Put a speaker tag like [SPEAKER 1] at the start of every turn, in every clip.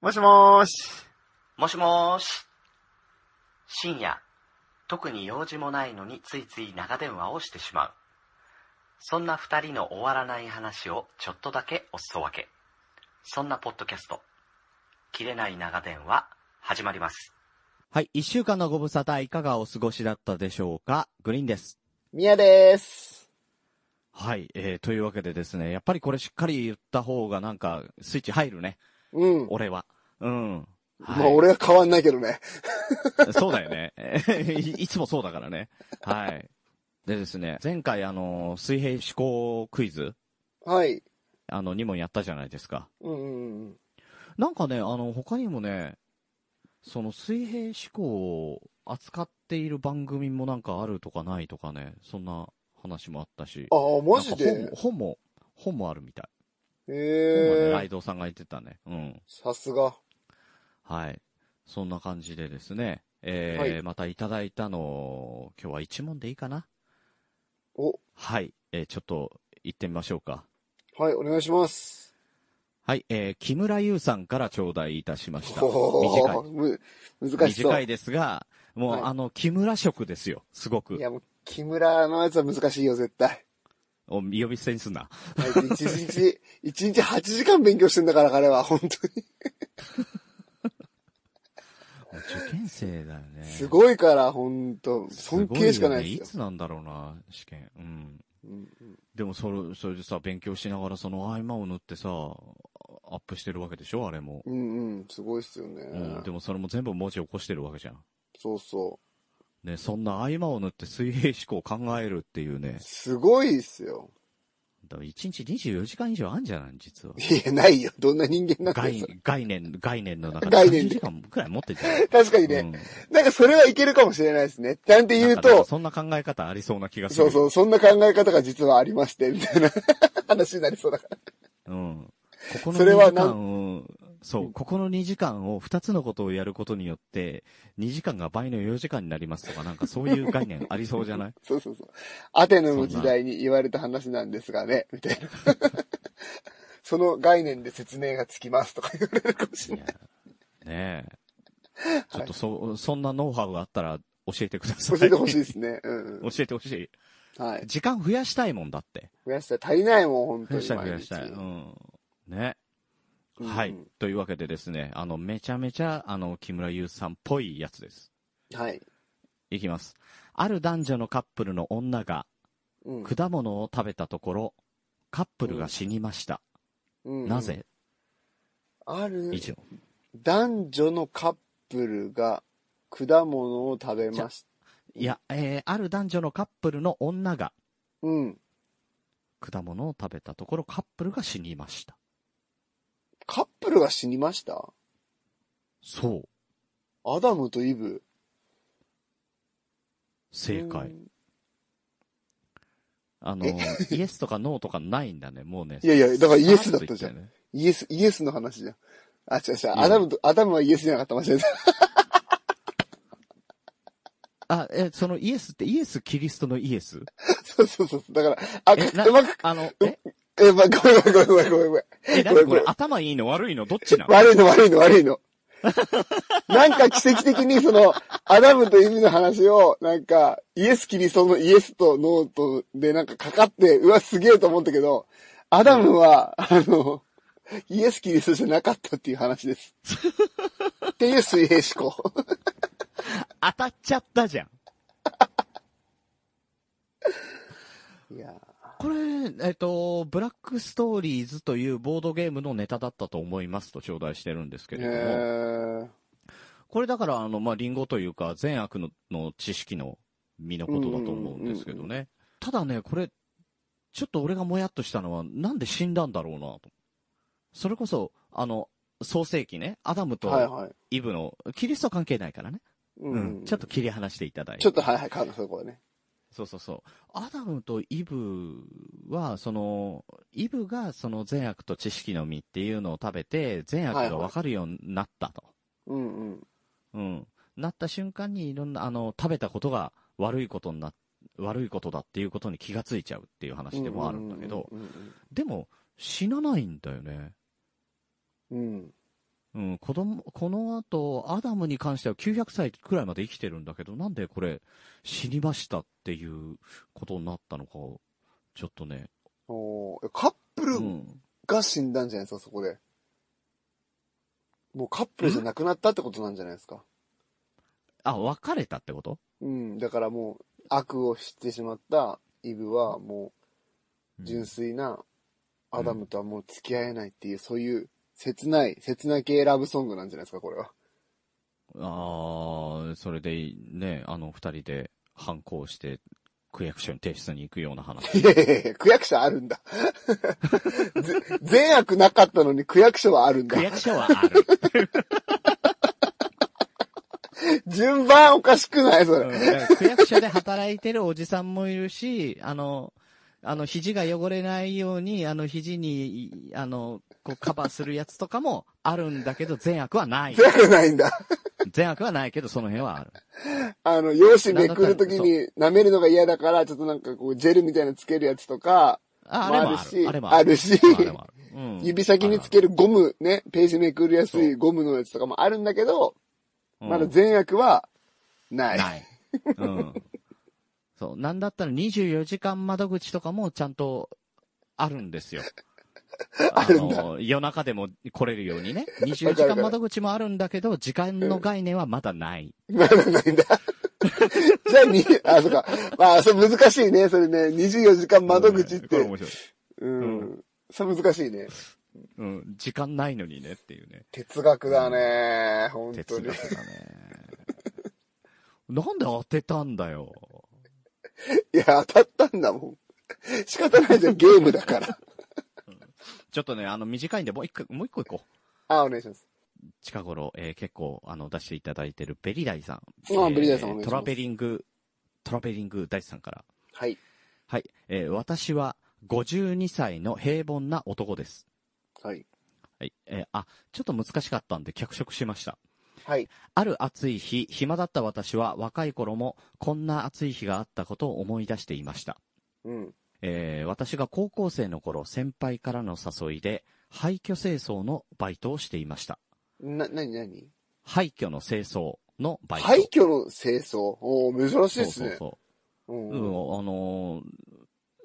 [SPEAKER 1] もしもーし。
[SPEAKER 2] もしもーし。深夜、特に用事もないのについつい長電話をしてしまう。そんな二人の終わらない話をちょっとだけおすそ分け。そんなポッドキャスト、切れない長電話、始まります。
[SPEAKER 3] はい。一週間のご無沙汰いかがお過ごしだったでしょうかグリーンです。
[SPEAKER 4] 宮です。
[SPEAKER 3] はい。えー、というわけでですね、やっぱりこれしっかり言った方がなんか、スイッチ入るね。
[SPEAKER 4] うん。
[SPEAKER 3] 俺は。うん。はい
[SPEAKER 4] まあ俺は変わんないけどね。
[SPEAKER 3] そうだよね。えーいいつもそうだからね。はい。でですね、前回あの、水平思考クイズ、
[SPEAKER 4] はい。
[SPEAKER 3] あの、2問やったじゃないですか。
[SPEAKER 4] うんうんうん。
[SPEAKER 3] なんかね、あの、他にもね、その水平思考を扱っている番組もなんかあるとかないとかね、そんな話もあったし。
[SPEAKER 4] ああ、マジ
[SPEAKER 3] なんか
[SPEAKER 4] で
[SPEAKER 3] 本本も、本もあるみたい。本はね、
[SPEAKER 4] え
[SPEAKER 3] ラ
[SPEAKER 4] え
[SPEAKER 3] イ。ドウさんが言ってたね。うん。
[SPEAKER 4] さすが。
[SPEAKER 3] はい。そんな感じでですね。えー
[SPEAKER 4] はい
[SPEAKER 3] またいただいたのを、今日は一問でいいかな
[SPEAKER 4] お、
[SPEAKER 3] はい。えーちょっと、行ってみましょうか。
[SPEAKER 4] はい、お願いします。
[SPEAKER 3] はい。えー木村優さんから頂戴いたしました。短
[SPEAKER 4] お
[SPEAKER 3] い。
[SPEAKER 4] ーむ難しそう。
[SPEAKER 3] 短いですが、もう、
[SPEAKER 4] はい
[SPEAKER 3] あの、木村色ですよ。すごく
[SPEAKER 4] い。や、もう、木村のやつは難しいよ、絶対。
[SPEAKER 3] お、呼び捨てにすんな。
[SPEAKER 4] あいつ一日、 一日8時間勉強してんだから、彼は、本当に。
[SPEAKER 3] 受験生だよね。
[SPEAKER 4] すごいから、本当尊敬しかない
[SPEAKER 3] すごよね。い
[SPEAKER 4] ですよ。
[SPEAKER 3] つなんだろうな、試験。うん。
[SPEAKER 4] うんうん
[SPEAKER 3] でもそれ、それでさ、勉強しながらその合間を縫ってさ、アップしてるわけでしょあれも。
[SPEAKER 4] うんうん、すごいっすよ
[SPEAKER 3] うん。
[SPEAKER 4] ね
[SPEAKER 3] で。もそれも全部文字起こしてるわけじゃん。
[SPEAKER 4] そうそ
[SPEAKER 3] ね、そんな合間を縫って水平思考を考えるっていうね
[SPEAKER 4] う。。すごいっすよ。。
[SPEAKER 3] だから1日24時間以上あんじゃない実は
[SPEAKER 4] いや、ないよ。どんな人間 なんだ
[SPEAKER 3] 概
[SPEAKER 4] よそれ
[SPEAKER 3] 概念、概念の中
[SPEAKER 4] 概
[SPEAKER 3] で3
[SPEAKER 4] 念で
[SPEAKER 3] 時間くらい持ってんじゃん。
[SPEAKER 4] 確かにね。
[SPEAKER 3] うん、
[SPEAKER 4] なんかそれはいけるかもしれないですね。なんて言う
[SPEAKER 3] なんかなんか
[SPEAKER 4] と、
[SPEAKER 3] そんな考え方ありそうな気がす
[SPEAKER 4] そ
[SPEAKER 3] る。
[SPEAKER 4] うそう、そんな考え方が実はありまして、みたいな 話になりそうだから。
[SPEAKER 3] うん。ここの
[SPEAKER 4] それは
[SPEAKER 3] 2時
[SPEAKER 4] なん
[SPEAKER 3] 間を、そう、ここの2時間を2つのことをやることによって、2時間が倍の4時間になりますとか、なんかそういう概念ありそうじゃない
[SPEAKER 4] そうそうそう。アテナの時代に言われた話なんですがね、みたいな。 その概念で説明がつきますとか言われ るかもし
[SPEAKER 3] い
[SPEAKER 4] れ
[SPEAKER 3] や
[SPEAKER 4] ない。
[SPEAKER 3] ねえ。ちょっとそ、そんなノウハウがあったら教えてくださ
[SPEAKER 4] 教
[SPEAKER 3] い。
[SPEAKER 4] えてほしいで
[SPEAKER 3] 教
[SPEAKER 4] すね。うん、うん。
[SPEAKER 3] えてほしい。
[SPEAKER 4] はい。
[SPEAKER 3] 時間増やしたいもんだって。
[SPEAKER 4] 増やしたい。足りないもん、本当
[SPEAKER 3] 増や
[SPEAKER 4] に。
[SPEAKER 3] したい増やしたい。
[SPEAKER 4] 毎
[SPEAKER 3] う
[SPEAKER 4] 日
[SPEAKER 3] ん。ね。
[SPEAKER 4] うん
[SPEAKER 3] はい。というわけでですね、あの、めちゃめちゃ、あの、木村優さんっぽいやつです。
[SPEAKER 4] はい。
[SPEAKER 3] いきます。ある男女のカップルの女が、
[SPEAKER 4] うん
[SPEAKER 3] 果物を食べたところ、カップルが死にました。
[SPEAKER 4] うん
[SPEAKER 3] なぜ
[SPEAKER 4] ある
[SPEAKER 3] 以上。
[SPEAKER 4] 男女のカップルが果物を食べました。
[SPEAKER 3] いや、えー、ある男女のカップルの女が
[SPEAKER 4] うん。
[SPEAKER 3] 果物を食べたところ、カップルが死にました。
[SPEAKER 4] カップルが死にました
[SPEAKER 3] そう。
[SPEAKER 4] アダムとイブ。
[SPEAKER 3] 正解。
[SPEAKER 4] うん
[SPEAKER 3] あの、イエスとかノーとかないんだね、もうね。
[SPEAKER 4] いやいやだからイエスだったじゃん
[SPEAKER 3] ん。
[SPEAKER 4] イエス、イエスの話じゃん。あ、違う違う。
[SPEAKER 3] ん
[SPEAKER 4] アダムと、アダムはイエスじゃなかった、間違えた。
[SPEAKER 3] あ、え、そのイエスってイエス、キリストのイエス
[SPEAKER 4] そうそうそう。だから、あ、
[SPEAKER 3] え、
[SPEAKER 4] うまく、
[SPEAKER 3] あ の、え、
[SPEAKER 4] え、まあ、ごめんごめんごめんごめんごめん。
[SPEAKER 3] え、
[SPEAKER 4] ごめ
[SPEAKER 3] 何
[SPEAKER 4] ん
[SPEAKER 3] こ
[SPEAKER 4] ごめ
[SPEAKER 3] れ
[SPEAKER 4] ん
[SPEAKER 3] 頭いいの悪いのどっちなの
[SPEAKER 4] 悪いの悪いの悪いの。なんか奇跡的にその、アダムとイブの話を、なんか、イエスキリストのイエスとノーとでなんかかかって、うわ、すげえと思ったけど、アダムは、あの、イエスキリストじゃなかったっていう話です。っていう水平思考。
[SPEAKER 3] 当たっちゃったじゃん。
[SPEAKER 4] いやー
[SPEAKER 3] これ、えっと、ブラックストーリーズというボードゲームのネタだったと思いますと頂戴してるんですけれども、
[SPEAKER 4] えー
[SPEAKER 3] これだから、あの、まあ、リンゴというか、善悪のの知識の身のことだと思うんですけど
[SPEAKER 4] うん
[SPEAKER 3] ね。ただね、これ、ちょっと俺がもやっとしたのは、なんで死んだんだろうなと。それこそ、あの、創世記ね、アダム
[SPEAKER 4] はい
[SPEAKER 3] と
[SPEAKER 4] はい。
[SPEAKER 3] イブの、キリスト関係ないからね。
[SPEAKER 4] う
[SPEAKER 3] うんちょっと切り離していただいて。
[SPEAKER 4] ちょっとはいはい、かそこはね。
[SPEAKER 3] そうそうそう。アダムとイブは、その、イブがその善悪と知識の実っていうのを食べて、善悪がわかるようになったと。
[SPEAKER 4] うんうん。
[SPEAKER 3] うん。なった瞬間にいろんな、あの、食べたことが悪いことにな、悪いことだっていうことに気がついちゃうっていう話でもあるんだけど、
[SPEAKER 4] うんうん
[SPEAKER 3] でも、死なないんだよね。
[SPEAKER 4] うんうん。うん。
[SPEAKER 3] うん、子供、この後、アダムに関しては900歳くらいまで生きてるんだけど、なんでこれ、死にましたっていうことになったのかを、ちょっとね。
[SPEAKER 4] おーカップ
[SPEAKER 3] う
[SPEAKER 4] ル
[SPEAKER 3] ん。
[SPEAKER 4] が死んだんじゃないですか、そこで。もうカップルじゃなくなったってことなんじゃないですか。
[SPEAKER 3] あ、別れたってこと
[SPEAKER 4] うん、だからもう、悪を知ってしまったイブは、もう、純粋なアダムとはもう付き合えないっていう、そういう、切ない、切な系ラブソングなんじゃないですか、これは。
[SPEAKER 3] ああ、それで、ね、あの二人で反抗して、区役所に提出に行くような 話。
[SPEAKER 4] いやいやいや、区役所あるんだ。 ぜ善悪なかったのに区役所はあるんだ
[SPEAKER 3] 区。役所はある。
[SPEAKER 4] 順番おかしくないそれ。
[SPEAKER 3] うんだから区役所で働いてるおじさんもいるし、あの、あの、肘が汚れないように、あの、肘に、いあの、こう、カバーするやつとかもあるんだけど、善悪は ない。
[SPEAKER 4] 善悪ないんだ。
[SPEAKER 3] 善悪はないけど、その辺はある。
[SPEAKER 4] あの、用紙めくるときに舐めるのが嫌だから、ちょっとなんかこう、ジェルみたいなのつけるやつとか、
[SPEAKER 3] ああ
[SPEAKER 4] も
[SPEAKER 3] れ
[SPEAKER 4] あ
[SPEAKER 3] も
[SPEAKER 4] る
[SPEAKER 3] あ
[SPEAKER 4] し
[SPEAKER 3] る。あれも
[SPEAKER 4] あ
[SPEAKER 3] ある。
[SPEAKER 4] るし、
[SPEAKER 3] あれもあるうん
[SPEAKER 4] 指先につけるゴムね、ページめくりやすいゴムのやつとかもあるんだけど、
[SPEAKER 3] うん
[SPEAKER 4] まだ善悪はない。
[SPEAKER 3] ない。うん。そう。なんだったら24時間窓口とかもちゃんとあるんです よ。あ
[SPEAKER 4] るんだ
[SPEAKER 3] の、夜中でも来れるようにね。24時間窓口もあるんだけど、時間の概念はまだない。
[SPEAKER 4] まだないんだ。 じゃあ、に、あ、そっか。まあ、それ難しいね、それね。24時間窓口っ
[SPEAKER 3] これ
[SPEAKER 4] て。
[SPEAKER 3] 面白い。
[SPEAKER 4] うん。
[SPEAKER 3] う
[SPEAKER 4] それ難しいね。
[SPEAKER 3] うん。時間ないのにねっていうね。
[SPEAKER 4] 哲学だね、本当
[SPEAKER 3] 哲
[SPEAKER 4] に
[SPEAKER 3] 学。だね。なんで当てたんだよ。
[SPEAKER 4] いや、当たったんだもん。仕方ないじゃん、ゲームだから。
[SPEAKER 3] ちょっとね、あの、短いんで、もう一個、もう一個行こう。
[SPEAKER 4] あ、お願いします。
[SPEAKER 3] 近頃、えー結構、あの、出していただいてるベリダイさん。
[SPEAKER 4] あベリダイさんお願いします
[SPEAKER 3] トラベリング、トラベリング大地さんから。
[SPEAKER 4] はい。
[SPEAKER 3] はい。えー私は52歳の平凡な男です。
[SPEAKER 4] はい。
[SPEAKER 3] はい。えーあ、ちょっと難しかったんで脚色しました。
[SPEAKER 4] はい。
[SPEAKER 3] ある暑い日、暇だった私は若い頃もこんな暑い日があったことを思い出していました。
[SPEAKER 4] うん。
[SPEAKER 3] えー私が高校生の頃、先輩からの誘いで廃墟清掃のバイトをしていました。
[SPEAKER 4] な、なになに
[SPEAKER 3] 廃墟の清掃のバイト。
[SPEAKER 4] 廃墟の清掃。おー珍しい
[SPEAKER 3] そう
[SPEAKER 4] です
[SPEAKER 3] そう
[SPEAKER 4] ね。
[SPEAKER 3] そう。
[SPEAKER 4] うん
[SPEAKER 3] うん、あのー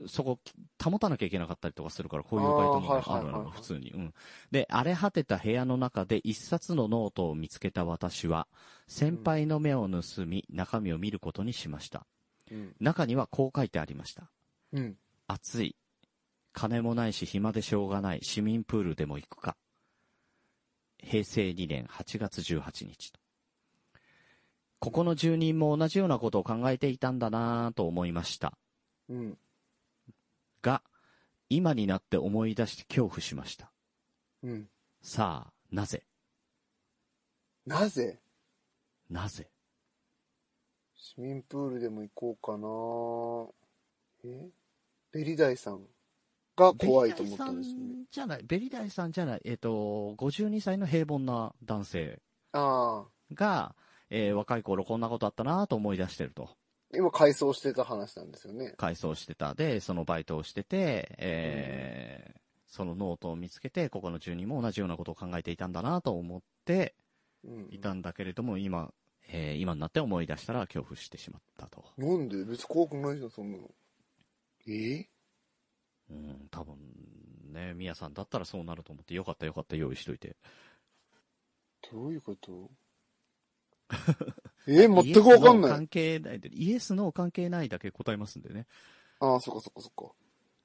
[SPEAKER 3] そこ、保たなきゃいけなかったりとかするから、こういうバイトもね
[SPEAKER 4] あーは
[SPEAKER 3] あ
[SPEAKER 4] いはいはい
[SPEAKER 3] る
[SPEAKER 4] はい
[SPEAKER 3] の、普通に。うん。で、荒れ果てた部屋の中で一冊のノートを見つけた私は、先輩の目を盗み、中身を見ることにしました。
[SPEAKER 4] うん。
[SPEAKER 3] 中にはこう書いてありました。
[SPEAKER 4] うん。
[SPEAKER 3] 暑い。金もないし暇でしょうがない市民プールでも行くか。平成2年8月18日と。ここの住人も同じようなことを考えていたんだなぁと思いました。
[SPEAKER 4] うん。
[SPEAKER 3] が、今になって思い出して恐怖しました。
[SPEAKER 4] うん。
[SPEAKER 3] さあ、なぜ
[SPEAKER 4] なぜ
[SPEAKER 3] なぜ
[SPEAKER 4] 市民プールでも行こうかなえベリダイさんが怖いと思ったんですよ
[SPEAKER 3] ベリダ
[SPEAKER 4] ね。
[SPEAKER 3] イさんじゃない、ベリダイさんじゃない、えっ、と、52歳の平凡な男性
[SPEAKER 4] ああ、
[SPEAKER 3] が、えー若い頃こんなことあったなぁと思い出してると。
[SPEAKER 4] 今改装してた話なんですよね。
[SPEAKER 3] 改装してた。で、そのバイトをしてて、えーそのノートを見つけて、ここの住人も同じようなことを考えていたんだなと思って
[SPEAKER 4] うん。
[SPEAKER 3] いたんだけれども、今、えー今になって思い出したら恐怖してしまったと。
[SPEAKER 4] なんで別に怖くないじゃん、そんなの。え
[SPEAKER 3] うん、多分ね、みやさんだったらそうなると思って、よかったよかった用意しといて。
[SPEAKER 4] どういうこと え全くわか
[SPEAKER 3] イエスノ
[SPEAKER 4] ん
[SPEAKER 3] ー
[SPEAKER 4] ない。
[SPEAKER 3] 関係ないで、イエスの関係ないだけ答えますんでね。
[SPEAKER 4] ああ、そっかそっかそっか。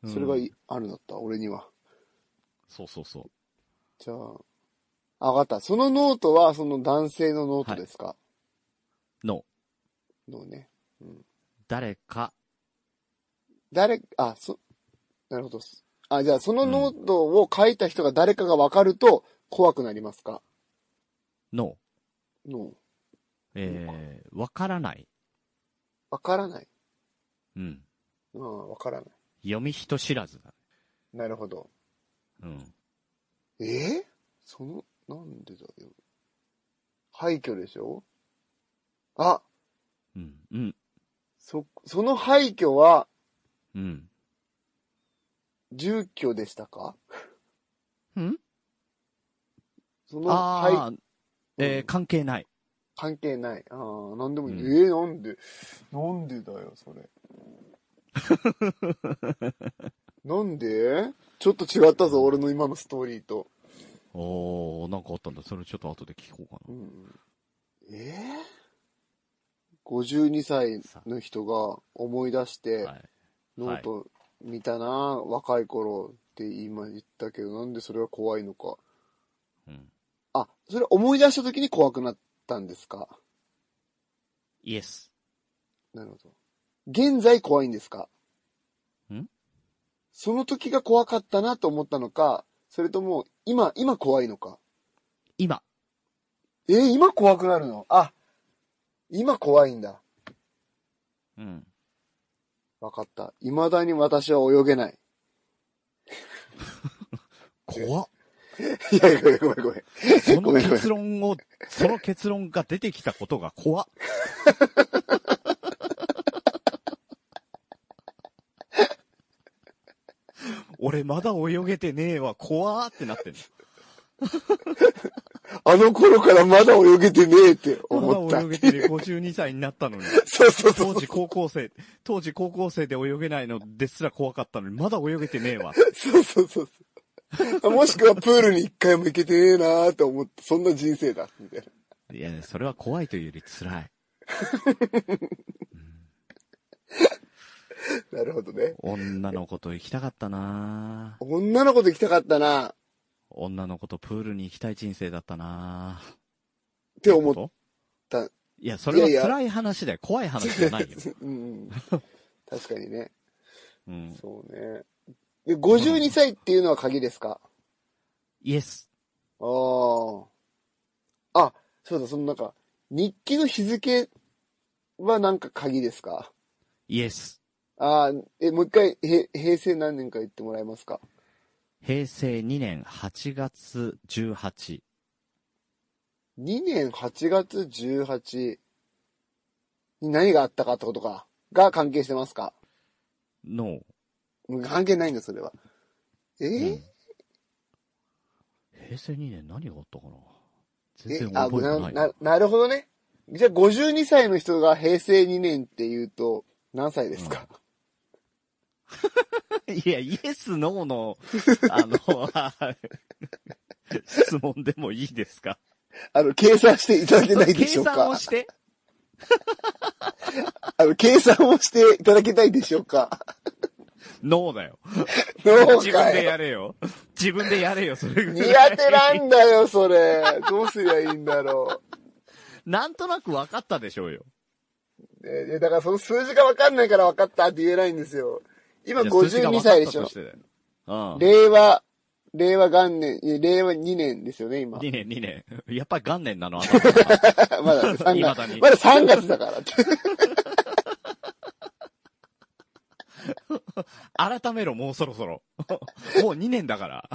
[SPEAKER 3] うん
[SPEAKER 4] それがいあるんだった、俺には。
[SPEAKER 3] そうそうそう。
[SPEAKER 4] じゃあ、あ、わかった。そのノートは、その男性のノートですか、
[SPEAKER 3] の、
[SPEAKER 4] のね。
[SPEAKER 3] 誰か、
[SPEAKER 4] 誰、あ、そ、なるほど。あ、じゃあ、そのノートを書いた人が誰かがわかると怖くなりますか
[SPEAKER 3] の、
[SPEAKER 4] の、
[SPEAKER 3] えー、わからない。
[SPEAKER 4] わからない。
[SPEAKER 3] うん。
[SPEAKER 4] うん、わからない。
[SPEAKER 3] 読み人知らずだ。
[SPEAKER 4] なるほど。
[SPEAKER 3] うん。
[SPEAKER 4] えーその、なんでだよ。廃墟でしょあ、
[SPEAKER 3] うん。うん。
[SPEAKER 4] そ、その廃墟は
[SPEAKER 3] うん。
[SPEAKER 4] 住居でしたか
[SPEAKER 3] うん
[SPEAKER 4] その、
[SPEAKER 3] あ
[SPEAKER 4] は
[SPEAKER 3] あ、えー関係ない。
[SPEAKER 4] い、関係ない。ああ、なんでもいい。
[SPEAKER 3] う
[SPEAKER 4] えー、なんで、なんでだよ、そ れ。なんでちょっと違ったぞ、俺の今のストーリーと。
[SPEAKER 3] おおなんかあったんだ。それちょっと後で聞こうか
[SPEAKER 4] う
[SPEAKER 3] な。
[SPEAKER 4] ん、えー、?52 歳の人が思い出して、
[SPEAKER 3] はい。
[SPEAKER 4] ノート見たな、若い頃って今言ったけど、なんでそれは怖いのか。
[SPEAKER 3] うん。
[SPEAKER 4] あ、それ思い出した時に怖くなったんですか
[SPEAKER 3] イエス。
[SPEAKER 4] なるほど。現在怖いんですか
[SPEAKER 3] ん
[SPEAKER 4] その時が怖かったなと思ったのか、それとも、今、今怖いのか。
[SPEAKER 3] 今。
[SPEAKER 4] えー今怖くなるのあ、今怖いんだ。
[SPEAKER 3] うん。
[SPEAKER 4] わかった。未だに私は泳げない。
[SPEAKER 3] 怖っ。
[SPEAKER 4] いやいや、ごめんごめんごめん。
[SPEAKER 3] その
[SPEAKER 4] ごめんごめん
[SPEAKER 3] 結論を、その結論が出てきたことが怖 っ。俺まだ泳げてねえわ、怖ーってなってん
[SPEAKER 4] あの頃からまだ泳げてねえって
[SPEAKER 3] の。
[SPEAKER 4] 思っ
[SPEAKER 3] まだ
[SPEAKER 4] た。
[SPEAKER 3] 泳げてる52歳になったのに。
[SPEAKER 4] そうそうそ
[SPEAKER 3] 当
[SPEAKER 4] う。
[SPEAKER 3] 時高校生、当時高校生で泳げないのですら怖かったのに、まだ泳げてねえわ。
[SPEAKER 4] そうそうそうそう。もしくはプールに一回も行けてねえなーって思って、そんな人生だ、みたいな。
[SPEAKER 3] いや、それは怖いというより辛い。
[SPEAKER 4] なるほどね。
[SPEAKER 3] 女の子と行きたかったなぁ
[SPEAKER 4] 女の子と行きたかったなーっ
[SPEAKER 3] 女の子とプールに行きたい人生だったなぁって。
[SPEAKER 4] 思った
[SPEAKER 3] いや、それはい
[SPEAKER 4] やいや
[SPEAKER 3] 辛い話だよ。怖い話じゃ ないよ。
[SPEAKER 4] た。うんうん。確かにね。
[SPEAKER 3] うん。
[SPEAKER 4] そうね。で、52歳っていうのは鍵ですか
[SPEAKER 3] イエス。
[SPEAKER 4] ああ。あ、そうだ、そのなんか、日記の日付はなんか鍵ですか
[SPEAKER 3] イエス。
[SPEAKER 4] ああ、え、もう一回、へ、平成何年か言ってもらえますか
[SPEAKER 3] 平成2年8月18。
[SPEAKER 4] 2年8月18に何があったかってことか。が関係してますか
[SPEAKER 3] の、
[SPEAKER 4] うん関係ないんだ、それは。え
[SPEAKER 3] う
[SPEAKER 4] ー
[SPEAKER 3] ん平成2年何があったかな
[SPEAKER 4] え
[SPEAKER 3] 全然
[SPEAKER 4] あ
[SPEAKER 3] 覚えてない
[SPEAKER 4] な。な。なるほどね。じゃあ52歳の人が平成2年って言うと、何歳ですか、
[SPEAKER 3] いや、イエス、ノー の、あの、はい質問でもいいですか
[SPEAKER 4] あの、計算していただけないでしょう
[SPEAKER 3] 計算を
[SPEAKER 4] か
[SPEAKER 3] して。
[SPEAKER 4] あの、計算をしていただけないでしょう か
[SPEAKER 3] ノーだよ。
[SPEAKER 4] どう
[SPEAKER 3] 自分
[SPEAKER 4] か
[SPEAKER 3] で
[SPEAKER 4] い
[SPEAKER 3] やれよ。自分でやれよ、それぐらい。
[SPEAKER 4] 苦手なんだよ、それ。どうすりゃいいんだろ
[SPEAKER 3] なんとなく分かったでしょうよ。
[SPEAKER 4] う。ええだからその数字がわかんないから分かったって言えないんですよ。今
[SPEAKER 3] じゃあ数字が
[SPEAKER 4] 52
[SPEAKER 3] 分かっ
[SPEAKER 4] 歳で
[SPEAKER 3] た
[SPEAKER 4] し
[SPEAKER 3] と
[SPEAKER 4] ょ
[SPEAKER 3] し。てだようん。
[SPEAKER 4] 令和、令和元年、いや令和2年ですよね、今。
[SPEAKER 3] 2年、2年。 やっぱり元年なの、あなたは
[SPEAKER 4] まだ3
[SPEAKER 3] 未だに
[SPEAKER 4] 月。まだ3月だからって。
[SPEAKER 3] 改めろ、もうそろそろ。 もう2年だから。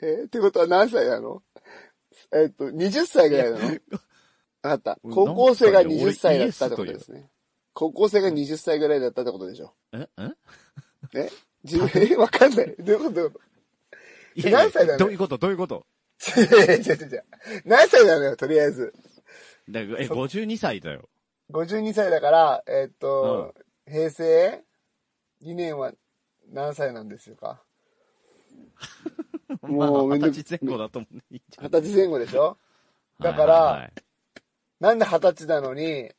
[SPEAKER 4] えーってことは何歳なのえーっと、20歳ぐらいなのわかった。
[SPEAKER 3] 俺
[SPEAKER 4] 高校生が
[SPEAKER 3] 何歳だよ
[SPEAKER 4] 20歳だったってことですね。高校生が20歳ぐらいだったってことでしょ。
[SPEAKER 3] えん
[SPEAKER 4] え自分、えわかんない。どういうことどういうこ
[SPEAKER 3] いやいや
[SPEAKER 4] 何歳だよ
[SPEAKER 3] どういうことどういうこと
[SPEAKER 4] といやいや違う違う違う何歳なのよ、とりあえず。
[SPEAKER 3] だえ、52歳だよ。
[SPEAKER 4] 52歳だから、えーっと、平成2年は何歳なんですか
[SPEAKER 3] まあ、
[SPEAKER 4] もうめんど
[SPEAKER 3] 20
[SPEAKER 4] く
[SPEAKER 3] 歳前後だと思うね。いいじゃん
[SPEAKER 4] 二十歳前後でしょだから
[SPEAKER 3] はいはいはい
[SPEAKER 4] なんで二十歳なのに、
[SPEAKER 3] うん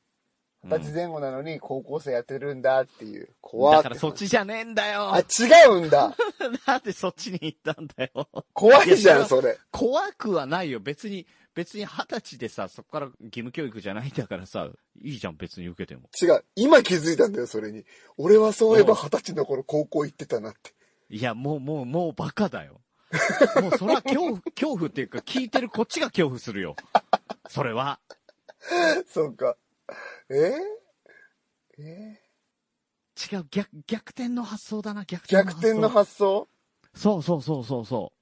[SPEAKER 4] 二十歳前後なのに高校生やってるんだっていう。怖
[SPEAKER 3] だ
[SPEAKER 4] っ
[SPEAKER 3] か
[SPEAKER 4] て
[SPEAKER 3] らそっちじゃねえんだよ
[SPEAKER 4] あ、。違うんだ。
[SPEAKER 3] なんでそっちに行ったんだよ。
[SPEAKER 4] 怖いじ
[SPEAKER 3] い
[SPEAKER 4] ゃ
[SPEAKER 3] や
[SPEAKER 4] ん、それ。
[SPEAKER 3] 怖くはないよ。別に、別に二十歳でさ、そこから義務教育じゃないんだからさ、いいじゃん、別に受けても。
[SPEAKER 4] 違う。今気づいたんだよ、それに。俺はそういえば
[SPEAKER 3] うん
[SPEAKER 4] 二十歳の頃高校行ってたなって。
[SPEAKER 3] いや、もう、もう、もうバカだよ。 もうそれは恐怖、 恐怖っていうか、聞いてるこっちが恐怖するよ。 それは。
[SPEAKER 4] そうか。えー、え
[SPEAKER 3] 違う、逆、逆転の発想だな、逆
[SPEAKER 4] ー
[SPEAKER 3] 転の発想。
[SPEAKER 4] 逆転の発想
[SPEAKER 3] そうそうそうそうそ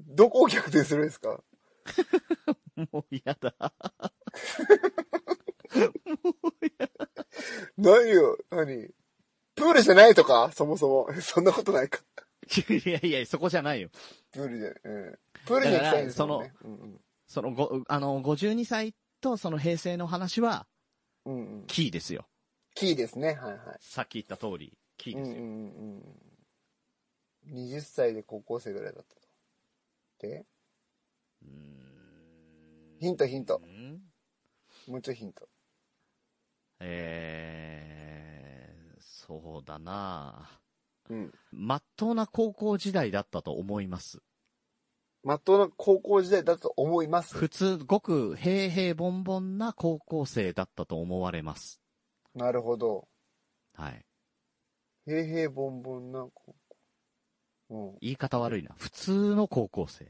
[SPEAKER 4] どこを逆転するんですか
[SPEAKER 3] う。もう嫌だ。
[SPEAKER 4] 何よ、何 プールじゃないとかそもそも。そんなことないか。
[SPEAKER 3] いやいや、そこじゃないよ。
[SPEAKER 4] プールで、うん。プールに行きたいですもんね。
[SPEAKER 3] その、ご、あの、52歳とその平成の話は、
[SPEAKER 4] うんうん。うんうん。
[SPEAKER 3] キーですよ。
[SPEAKER 4] キーですね、はいはい。
[SPEAKER 3] さっき言った通り、キーですよ。
[SPEAKER 4] うんうんうんうん。20歳で高校生ぐらいだったと。で、
[SPEAKER 3] うーん
[SPEAKER 4] ヒントヒント
[SPEAKER 3] うん
[SPEAKER 4] もうちょいヒント。
[SPEAKER 3] えー、そうだな
[SPEAKER 4] うん。
[SPEAKER 3] まっとうな高校時代だったと思います。
[SPEAKER 4] まっとうな高校時代だと思います。
[SPEAKER 3] 普通、ごく平々凡々な高校生だったと思われます。
[SPEAKER 4] なるほど。
[SPEAKER 3] はい。
[SPEAKER 4] 平平凡凡な高校。
[SPEAKER 3] 言い方悪いな。普通の高校生。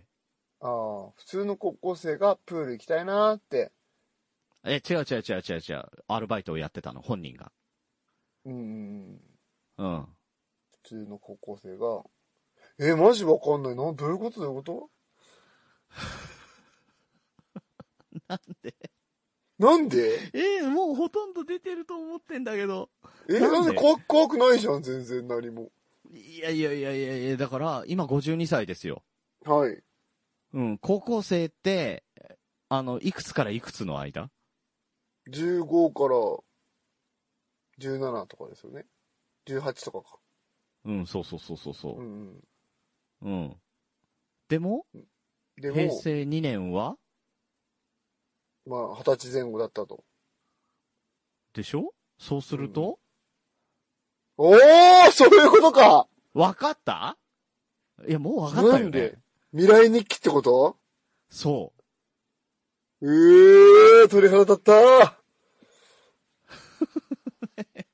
[SPEAKER 4] うん。ああ、普通の高校生がプール行きたいなーって。
[SPEAKER 3] え、違う違う違う違う違う。アルバイトをやってたの、本人が。
[SPEAKER 4] うんうんうん。
[SPEAKER 3] うん。
[SPEAKER 4] 普通の高校生が。えー、マジわかんないな。どういうことどういう ことなんで
[SPEAKER 3] えーもうほとんど出てると思ってんだけど。
[SPEAKER 4] えー
[SPEAKER 3] なんで
[SPEAKER 4] なんで怖く怖くないじゃん、全然何も。
[SPEAKER 3] いやいやいやいやいや、だから、今52歳ですよ。
[SPEAKER 4] はい。
[SPEAKER 3] うん、高校生って、あの、いくつからいくつの間
[SPEAKER 4] 15から17とかですよね。18とかか。
[SPEAKER 3] うん、そうそうそうそう
[SPEAKER 4] う
[SPEAKER 3] そ
[SPEAKER 4] んうん。
[SPEAKER 3] う。うん。でも、
[SPEAKER 4] で
[SPEAKER 3] 平
[SPEAKER 4] も、
[SPEAKER 3] 成2年は
[SPEAKER 4] まあ、二十歳前後だったと。
[SPEAKER 3] でしょそうすると、
[SPEAKER 4] おーそういうことか
[SPEAKER 3] わかったいや、もうわかった
[SPEAKER 4] な
[SPEAKER 3] よね
[SPEAKER 4] んで。未来日記ってこと
[SPEAKER 3] そう
[SPEAKER 4] えー、鳥肌立った ーい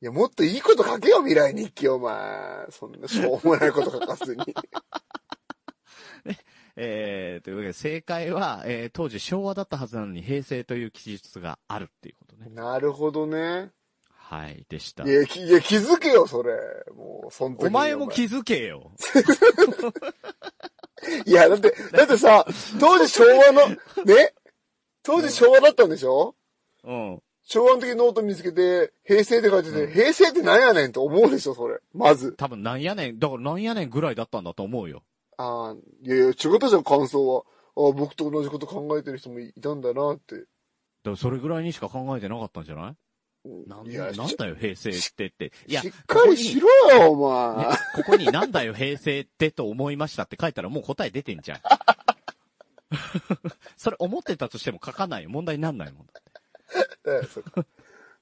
[SPEAKER 4] や、もっといいこと書けよ、未来日記、お前。そんなしょうもないこと書かずに。
[SPEAKER 3] う。えー、というわけで、正解は、えー、当時昭和だったはずなのに平成という記述があるっていうことね。
[SPEAKER 4] なるほどね。
[SPEAKER 3] はい、でした
[SPEAKER 4] い。や、きいや気づけよ、それ。もう、そん時に
[SPEAKER 3] お前も気づけよ。
[SPEAKER 4] いや、だって、だってさ、当時昭 和の、ね当時昭和だったんでしょ
[SPEAKER 3] うん。
[SPEAKER 4] 昭和の時ノート見つけて、平成って書いてて、
[SPEAKER 3] うん
[SPEAKER 4] 平成ってなんやねんと思うでしょ、それ。まず。
[SPEAKER 3] 多分なんやねん、だからなんやねんぐらいだったんだと思うよ。
[SPEAKER 4] ああ、いやいや、違ったじゃん、感想は。ああ、僕と同じこと考えてる人もいたんだなって。
[SPEAKER 3] だからそれぐらいにしか考えてなかったんじゃないなん
[SPEAKER 4] いや、
[SPEAKER 3] なんだよ、平成ってって。いや、
[SPEAKER 4] しっかりしろよ、お前。
[SPEAKER 3] ねここになんだよ、平成ってと思いましたって書いたらもう答え出てんじ ゃん。それ思ってたとしても書かないよ。問題になんないもんだって。
[SPEAKER 4] ええそうか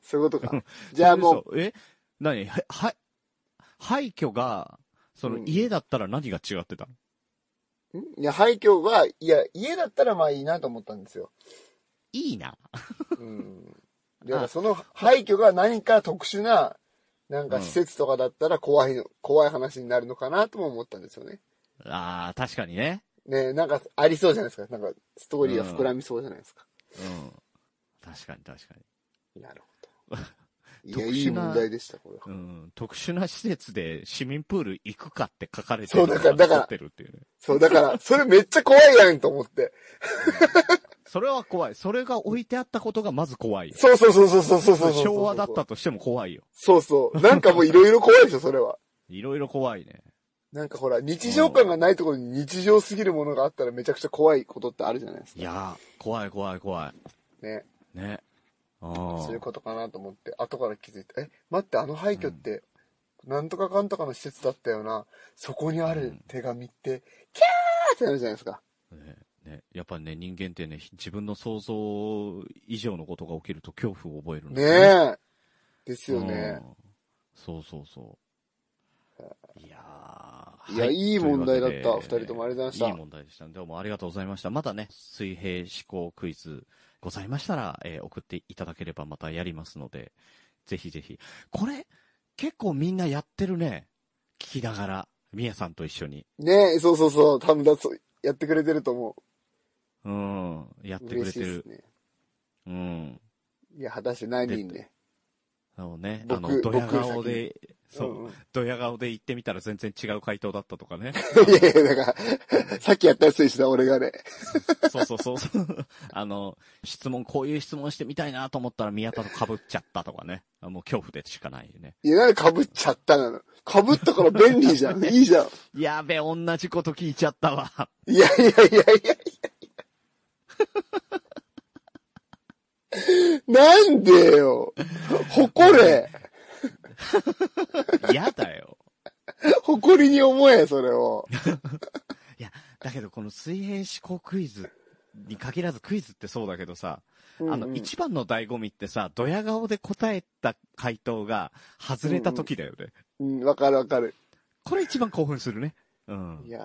[SPEAKER 4] そういうことか。じゃあもう、
[SPEAKER 3] う。え何は、は、廃墟が、その
[SPEAKER 4] うん
[SPEAKER 3] 家だったら何が違ってたの、
[SPEAKER 4] んいや、廃墟が、いや、家だったらまあいいなと思ったんですよ。
[SPEAKER 3] いいな。
[SPEAKER 4] うん。だからその廃墟が何か特殊な、なんか施設とかだったら怖いの、怖い話になるのかなとも思ったんですよね。
[SPEAKER 3] ああ、確かにね。
[SPEAKER 4] ねえなんかありそうじゃないですか。なんかストーリーが膨らみそうじゃないですか。
[SPEAKER 3] うん。確かに確か
[SPEAKER 4] なるほど。いや、
[SPEAKER 3] 特殊ない
[SPEAKER 4] い問題でした、これは。
[SPEAKER 3] に。うん。特殊な施設で市民プール行くかって書かれてる
[SPEAKER 4] そうだからだから
[SPEAKER 3] 残ってるっていうね。
[SPEAKER 4] そう、だから、それめっちゃ怖いやんと思って。
[SPEAKER 3] それは怖い。それが置いてあったことがまず怖いよ。
[SPEAKER 4] そうそうそうそうそうそうそうそう。
[SPEAKER 3] 昭和だった。としても怖いよ。
[SPEAKER 4] そうそう。なんかもういろいろ怖いでしょ、それは。
[SPEAKER 3] いろいろ怖いね。
[SPEAKER 4] なんかほら、日常感がないところに日常すぎるものがあったらめちゃくちゃ怖いことってあるじゃないです
[SPEAKER 3] い
[SPEAKER 4] か。
[SPEAKER 3] やー、怖い怖い怖
[SPEAKER 4] ね。
[SPEAKER 3] い。ね。あ
[SPEAKER 4] そういう
[SPEAKER 3] あ。
[SPEAKER 4] ことかなと思って、後から気づいて、え、待って、あの廃墟って、なんとかかんとかの施設だったよな。そこにある手紙って、キャーってなるじゃないですか。
[SPEAKER 3] ねね。やっぱね、人間ってね、自分の想像以上のことが起きると恐怖を覚えるん
[SPEAKER 4] ね
[SPEAKER 3] だ
[SPEAKER 4] え。です
[SPEAKER 3] よ
[SPEAKER 4] よね。
[SPEAKER 3] うんそうそうそう。いやー
[SPEAKER 4] いや
[SPEAKER 3] はい
[SPEAKER 4] い問題だった
[SPEAKER 3] というわけで
[SPEAKER 4] 二人ともありがとうございました
[SPEAKER 3] いい問題でした。どうもありがとうございました。またね、水平思考クイズございましたら、えー送っていただければまたやりますので、ぜひぜひ。これ、結構みんなやってるね。聞きながら、みやさんと一緒に。
[SPEAKER 4] ねえ、そうそうそう。多分だ、そうやってくれてると思
[SPEAKER 3] うん、やっ
[SPEAKER 4] う。
[SPEAKER 3] てく
[SPEAKER 4] 嬉
[SPEAKER 3] れ
[SPEAKER 4] していで
[SPEAKER 3] る。
[SPEAKER 4] すね。
[SPEAKER 3] うん。
[SPEAKER 4] いや、果たして何人ね。
[SPEAKER 3] あのね、あ
[SPEAKER 4] 僕
[SPEAKER 3] の、ドヤ
[SPEAKER 4] 僕
[SPEAKER 3] 顔で、そう、
[SPEAKER 4] うんうん
[SPEAKER 3] ドヤ顔で行ってみたら全然違う回答だったとかね。
[SPEAKER 4] いやいや、だ から、さっきやったやつでした、俺がね。
[SPEAKER 3] そうそう そうそう。あの、質問、こういう質問してみたいなと思ったら宮田と被っちゃったとかね。あもう恐怖でしかないよね。
[SPEAKER 4] いや、なんで被っちゃったなの。被ったから便利じゃん。いいじゃん。
[SPEAKER 3] やべ、同じこと聞いちゃったわ。
[SPEAKER 4] いやいやいやいやいや。なんでよ。誇れ。
[SPEAKER 3] 嫌だよ。
[SPEAKER 4] 誇りに思え、それを。
[SPEAKER 3] だけどこの水平思考クイズに限らずクイズってそうだけどさ、 あ
[SPEAKER 4] うんう
[SPEAKER 3] の、
[SPEAKER 4] ん
[SPEAKER 3] 一番の醍醐味ってさ、ドヤ顔で答えた回答が外れた時だよね。
[SPEAKER 4] うん、わかるわかる。
[SPEAKER 3] これ一番興奮するね。うん
[SPEAKER 4] い。やー、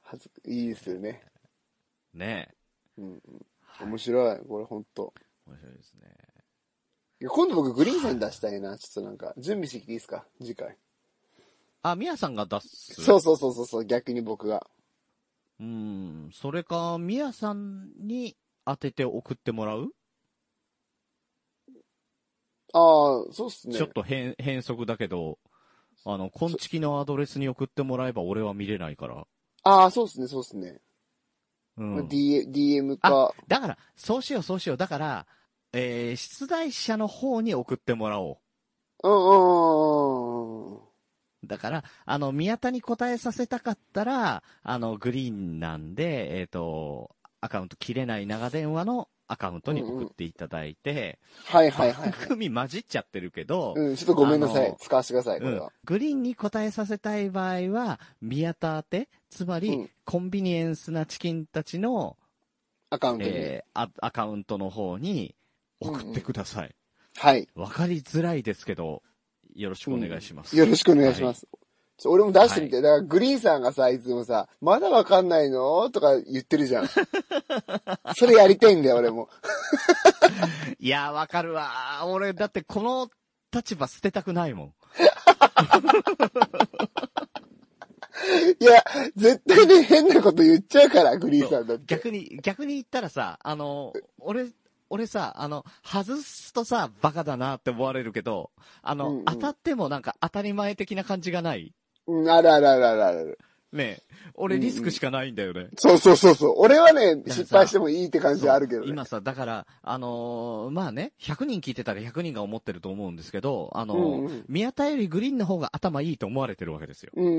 [SPEAKER 4] はず、いいですよね。
[SPEAKER 3] ね
[SPEAKER 4] うん、
[SPEAKER 3] え。
[SPEAKER 4] 面白い。これほんと。
[SPEAKER 3] 面白いですね。
[SPEAKER 4] いや今度僕グリーンさんに出したいな。ちょっとなんか、準備してきていいですか次回。
[SPEAKER 3] あ、宮さんが出す。
[SPEAKER 4] そうそうそうそうそう、逆に僕が。
[SPEAKER 3] うーん、それか、みやさんに当てて送ってもらう、
[SPEAKER 4] ああ、そうっすね。
[SPEAKER 3] ちょっと変、変則だけど、あの、こんちきのアドレスに送ってもらえば俺は見れないから。
[SPEAKER 4] ああ、そうっすね、そうっすね。
[SPEAKER 3] うん。
[SPEAKER 4] D- DM か。
[SPEAKER 3] だから、そうしよう、そうしよう。だから、えー、出題者の方に送ってもらお
[SPEAKER 4] うんうんうんうんうん。
[SPEAKER 3] う。だから、あの、宮田に答えさせたかったら、あの、グリーンなんで、えっ、と、アカウント切れない長電話のアカウントに送っていただいて、
[SPEAKER 4] はいはいはい
[SPEAKER 3] 番。組混じっちゃってるけど、
[SPEAKER 4] うん、ちょっとごめんなさ
[SPEAKER 3] あ
[SPEAKER 4] い
[SPEAKER 3] の。
[SPEAKER 4] 使わせてください、こ
[SPEAKER 3] う
[SPEAKER 4] れ
[SPEAKER 3] ん
[SPEAKER 4] は。、
[SPEAKER 3] グリーンに答えさせたい場合は、宮田宛て、つまり、
[SPEAKER 4] うん
[SPEAKER 3] コンビニエンスなチキンたちの、
[SPEAKER 4] アカウントに。
[SPEAKER 3] えーあアカウントの方に送ってください。
[SPEAKER 4] はい。
[SPEAKER 3] わ、かりづらいですけど、よろしくお願いします。
[SPEAKER 4] よろしくお願いします。ちょ俺も出してみて。だから、グリーンさんがさ、いつもさ、まだわかんないのとか言ってるじゃん。 それやりたいんだよ、俺も。
[SPEAKER 3] いやー、わかるわー。俺、だってこの立場捨てたくないもん。
[SPEAKER 4] いや、絶対ね、変なこと言っちゃうから、グリーンさんだって。
[SPEAKER 3] 逆に、逆に言ったらさ、あの、俺、俺さ、あの、外すとさ、バカだなって思われるけど、あの、
[SPEAKER 4] うんうん
[SPEAKER 3] 当たってもなんか当たり前的な感じがない。
[SPEAKER 4] うん、あるあるあるあるある。
[SPEAKER 3] ねえ、俺リスクしかないんだよね。
[SPEAKER 4] そうそうそうそう。俺はね、
[SPEAKER 3] らさ
[SPEAKER 4] 失敗してもいいって感じ
[SPEAKER 3] そう
[SPEAKER 4] はあるけどね
[SPEAKER 3] 今。さ、だから、あのーまあね、100人聞いてたら100人が思ってると思うんですけど、あのー
[SPEAKER 4] うんうん
[SPEAKER 3] 宮田よりグリーンの方が頭いいと思われてるわけですよ。
[SPEAKER 4] うーん。う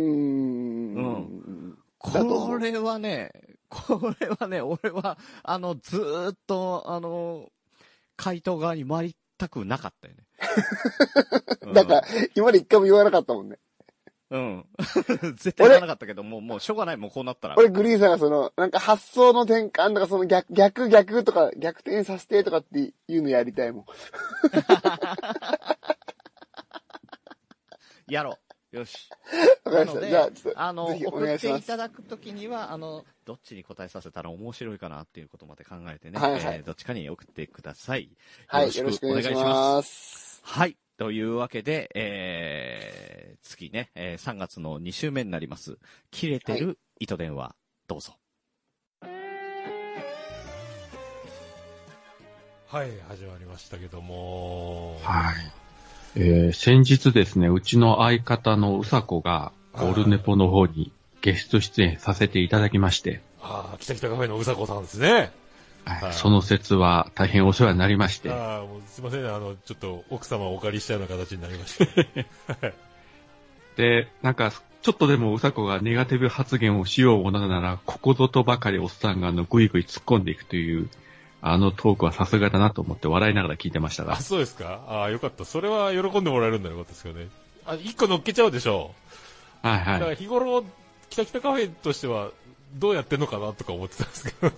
[SPEAKER 4] ん。だと思
[SPEAKER 3] こ
[SPEAKER 4] う
[SPEAKER 3] れはね、これはね、俺は、あの、ずーっと、あのー回答側に回りたくなかったよね。うん
[SPEAKER 4] だから、今まで一回も言わなかったもんね。
[SPEAKER 3] うん。 絶対言わなかったけど、もう、もう、しょうがない、もうこうなったら。
[SPEAKER 4] 俺、グリーンさんがその、なんか発想の転換とか、その逆、逆、逆とか、逆転させてとかっていうのやりたいもん。
[SPEAKER 3] やろう。よし。
[SPEAKER 4] わか
[SPEAKER 3] な
[SPEAKER 4] り
[SPEAKER 3] の
[SPEAKER 4] ました。
[SPEAKER 3] で、
[SPEAKER 4] じゃあ、ちょっ
[SPEAKER 3] あの、
[SPEAKER 4] ぜひお
[SPEAKER 3] 送
[SPEAKER 4] 願
[SPEAKER 3] っ
[SPEAKER 4] いしてます
[SPEAKER 3] いただくときには、あの、どっちに答えさせたら面白いかなっていうことまで考えてね、
[SPEAKER 4] はいはい
[SPEAKER 3] えーどっちかに送ってください。
[SPEAKER 4] と、はい、よろしくお願いします。
[SPEAKER 3] はい。というわけで、えー、次ね、えー3月の2週目になります。切れてる糸電話、どうぞ。
[SPEAKER 1] はい、始まりましたけども。
[SPEAKER 5] はい。えー先日ですね、うちの相方のうさこが、オールネポの方にゲスト出演させていただきまして、
[SPEAKER 1] ああ、きたきたカフェのうさこさんですね。
[SPEAKER 5] は
[SPEAKER 1] はい
[SPEAKER 5] い、その説は大変お世話になりまして、
[SPEAKER 1] ああ、もうすいませんね、あの、ちょっと奥様をお借りしたような形になりました。
[SPEAKER 5] で、なんか、ちょっとでもうさこがネガティブ発言をしようものなら、ここぞとばかりおっさんがあの、ぐいぐい突っ込んでいくという、あのトークはさすがだなと思って笑いながら聞いてましたが
[SPEAKER 1] あ、、そうですかああ、よかった。それは喜んでもらえるんだよかったですけどね。あ、一個乗っけちゃうでしょ。
[SPEAKER 5] はいう
[SPEAKER 1] だか
[SPEAKER 5] は
[SPEAKER 1] ら
[SPEAKER 5] い。
[SPEAKER 1] 日頃、きたきたカフェとしては、どうやってんのかなとか思ってたんですけ ど。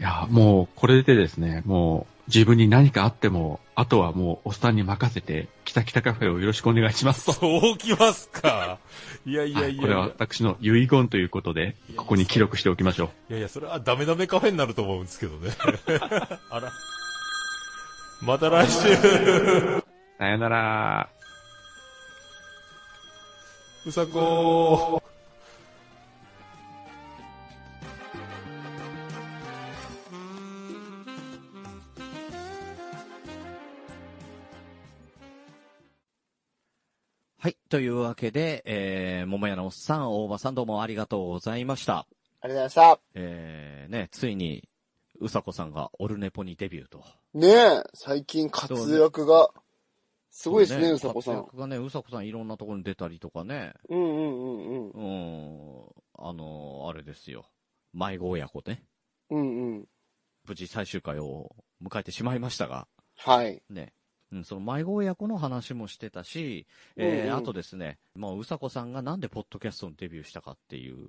[SPEAKER 5] いや、もう、これでですね、もう、自分に何かあっても、あとはもう、おっさんに任せて、キタキタカフェをよろしくお願いします。
[SPEAKER 1] そうきますか。いやいや
[SPEAKER 5] はいい、
[SPEAKER 1] や
[SPEAKER 5] こ
[SPEAKER 1] い
[SPEAKER 5] れは
[SPEAKER 1] や。
[SPEAKER 5] 私の遺言ということで、ここに記録しておきましょ
[SPEAKER 1] い
[SPEAKER 5] う。
[SPEAKER 1] やいや、それはダメダメカフェになると思うんですけどね。 あら。また来週。
[SPEAKER 5] さよなら。
[SPEAKER 1] うさこー。
[SPEAKER 3] というわけで、えー、桃屋のおっさん、大場さんどうもありがとうございました。
[SPEAKER 4] ありがとうございました。
[SPEAKER 3] えー、ね、ついに、うさこさんがオルネポにデビューと。
[SPEAKER 4] ねえ、最近活躍が、すごいですね、うさこさ
[SPEAKER 3] 活
[SPEAKER 4] ん。
[SPEAKER 3] 躍がね、うさこさんいろんなところに出たりとかね。
[SPEAKER 4] うんうんうんうん。
[SPEAKER 3] うーん、あのー、あれですよ。迷子親子ね。
[SPEAKER 4] うんうん。
[SPEAKER 3] 無事最終回を迎えてしまいましたが、
[SPEAKER 4] はい。
[SPEAKER 3] ね。うん、その迷子親子の話もしてたし、えー
[SPEAKER 4] うんうん
[SPEAKER 3] あとですね、まあ、うさこさんがなんでポッドキャストにデビューしたかっていう、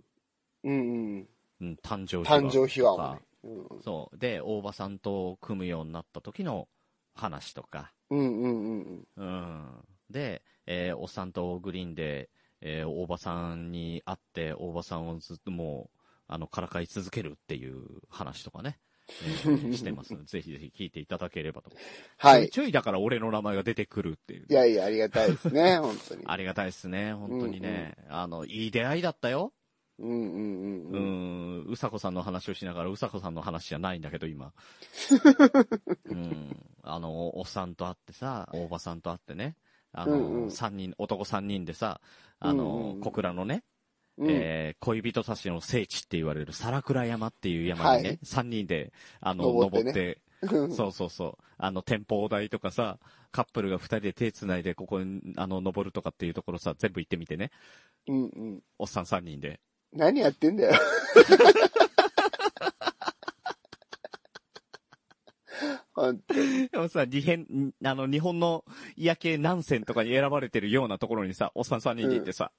[SPEAKER 4] うんうん。
[SPEAKER 3] うん、誕生秘話。
[SPEAKER 4] 誕生秘話をね。うん
[SPEAKER 3] そう。で、大場さんと組むようになった時の話とか。
[SPEAKER 4] うんうんうんうん。
[SPEAKER 3] うん。で、えーおっさんとグリーンで、えー大場さんに会って、大場さんをずっともう、あの、からかい続けるっていう話とかね。え ーしてます。ぜひぜひ聞いていただければと。
[SPEAKER 4] はい。
[SPEAKER 3] 注意だから俺の名前が出てくるっていう。
[SPEAKER 4] いやいや、ありがたいですね、本当に。
[SPEAKER 3] ありがたいですね。本当にね。あの、いい出会いだったよ。
[SPEAKER 4] うんうん
[SPEAKER 3] う
[SPEAKER 4] うんうん。
[SPEAKER 3] ん、うさこさんの話をしながら、うさこさんの話じゃないんだけど、 今。うん。あの、おっさんと会ってさ、おばさんと会ってね、あ
[SPEAKER 4] うんう
[SPEAKER 3] の、
[SPEAKER 4] ん
[SPEAKER 3] 三、人、男三人でさ、あの、
[SPEAKER 4] うんうんうん
[SPEAKER 3] 小倉のね、
[SPEAKER 4] うん
[SPEAKER 3] えー恋人たちの聖地って言われる皿倉山っていう山に
[SPEAKER 4] は
[SPEAKER 3] ね
[SPEAKER 4] い、
[SPEAKER 3] 三、人で、あの、登っ
[SPEAKER 4] 登っててね
[SPEAKER 3] そうそうそう。あの、展望台とかさ、カップルが二人で手繋いで、ここに、あの、登るとかっていうところさ、全部行ってみてね。
[SPEAKER 4] うんうん。
[SPEAKER 3] おっさん三人で。
[SPEAKER 4] 何やってんだよ。 ほんと
[SPEAKER 3] でもさ、日本、んあの、日本の夜景何選とかに選ばれてるようなところにさ、おっさん3人で行ってさ。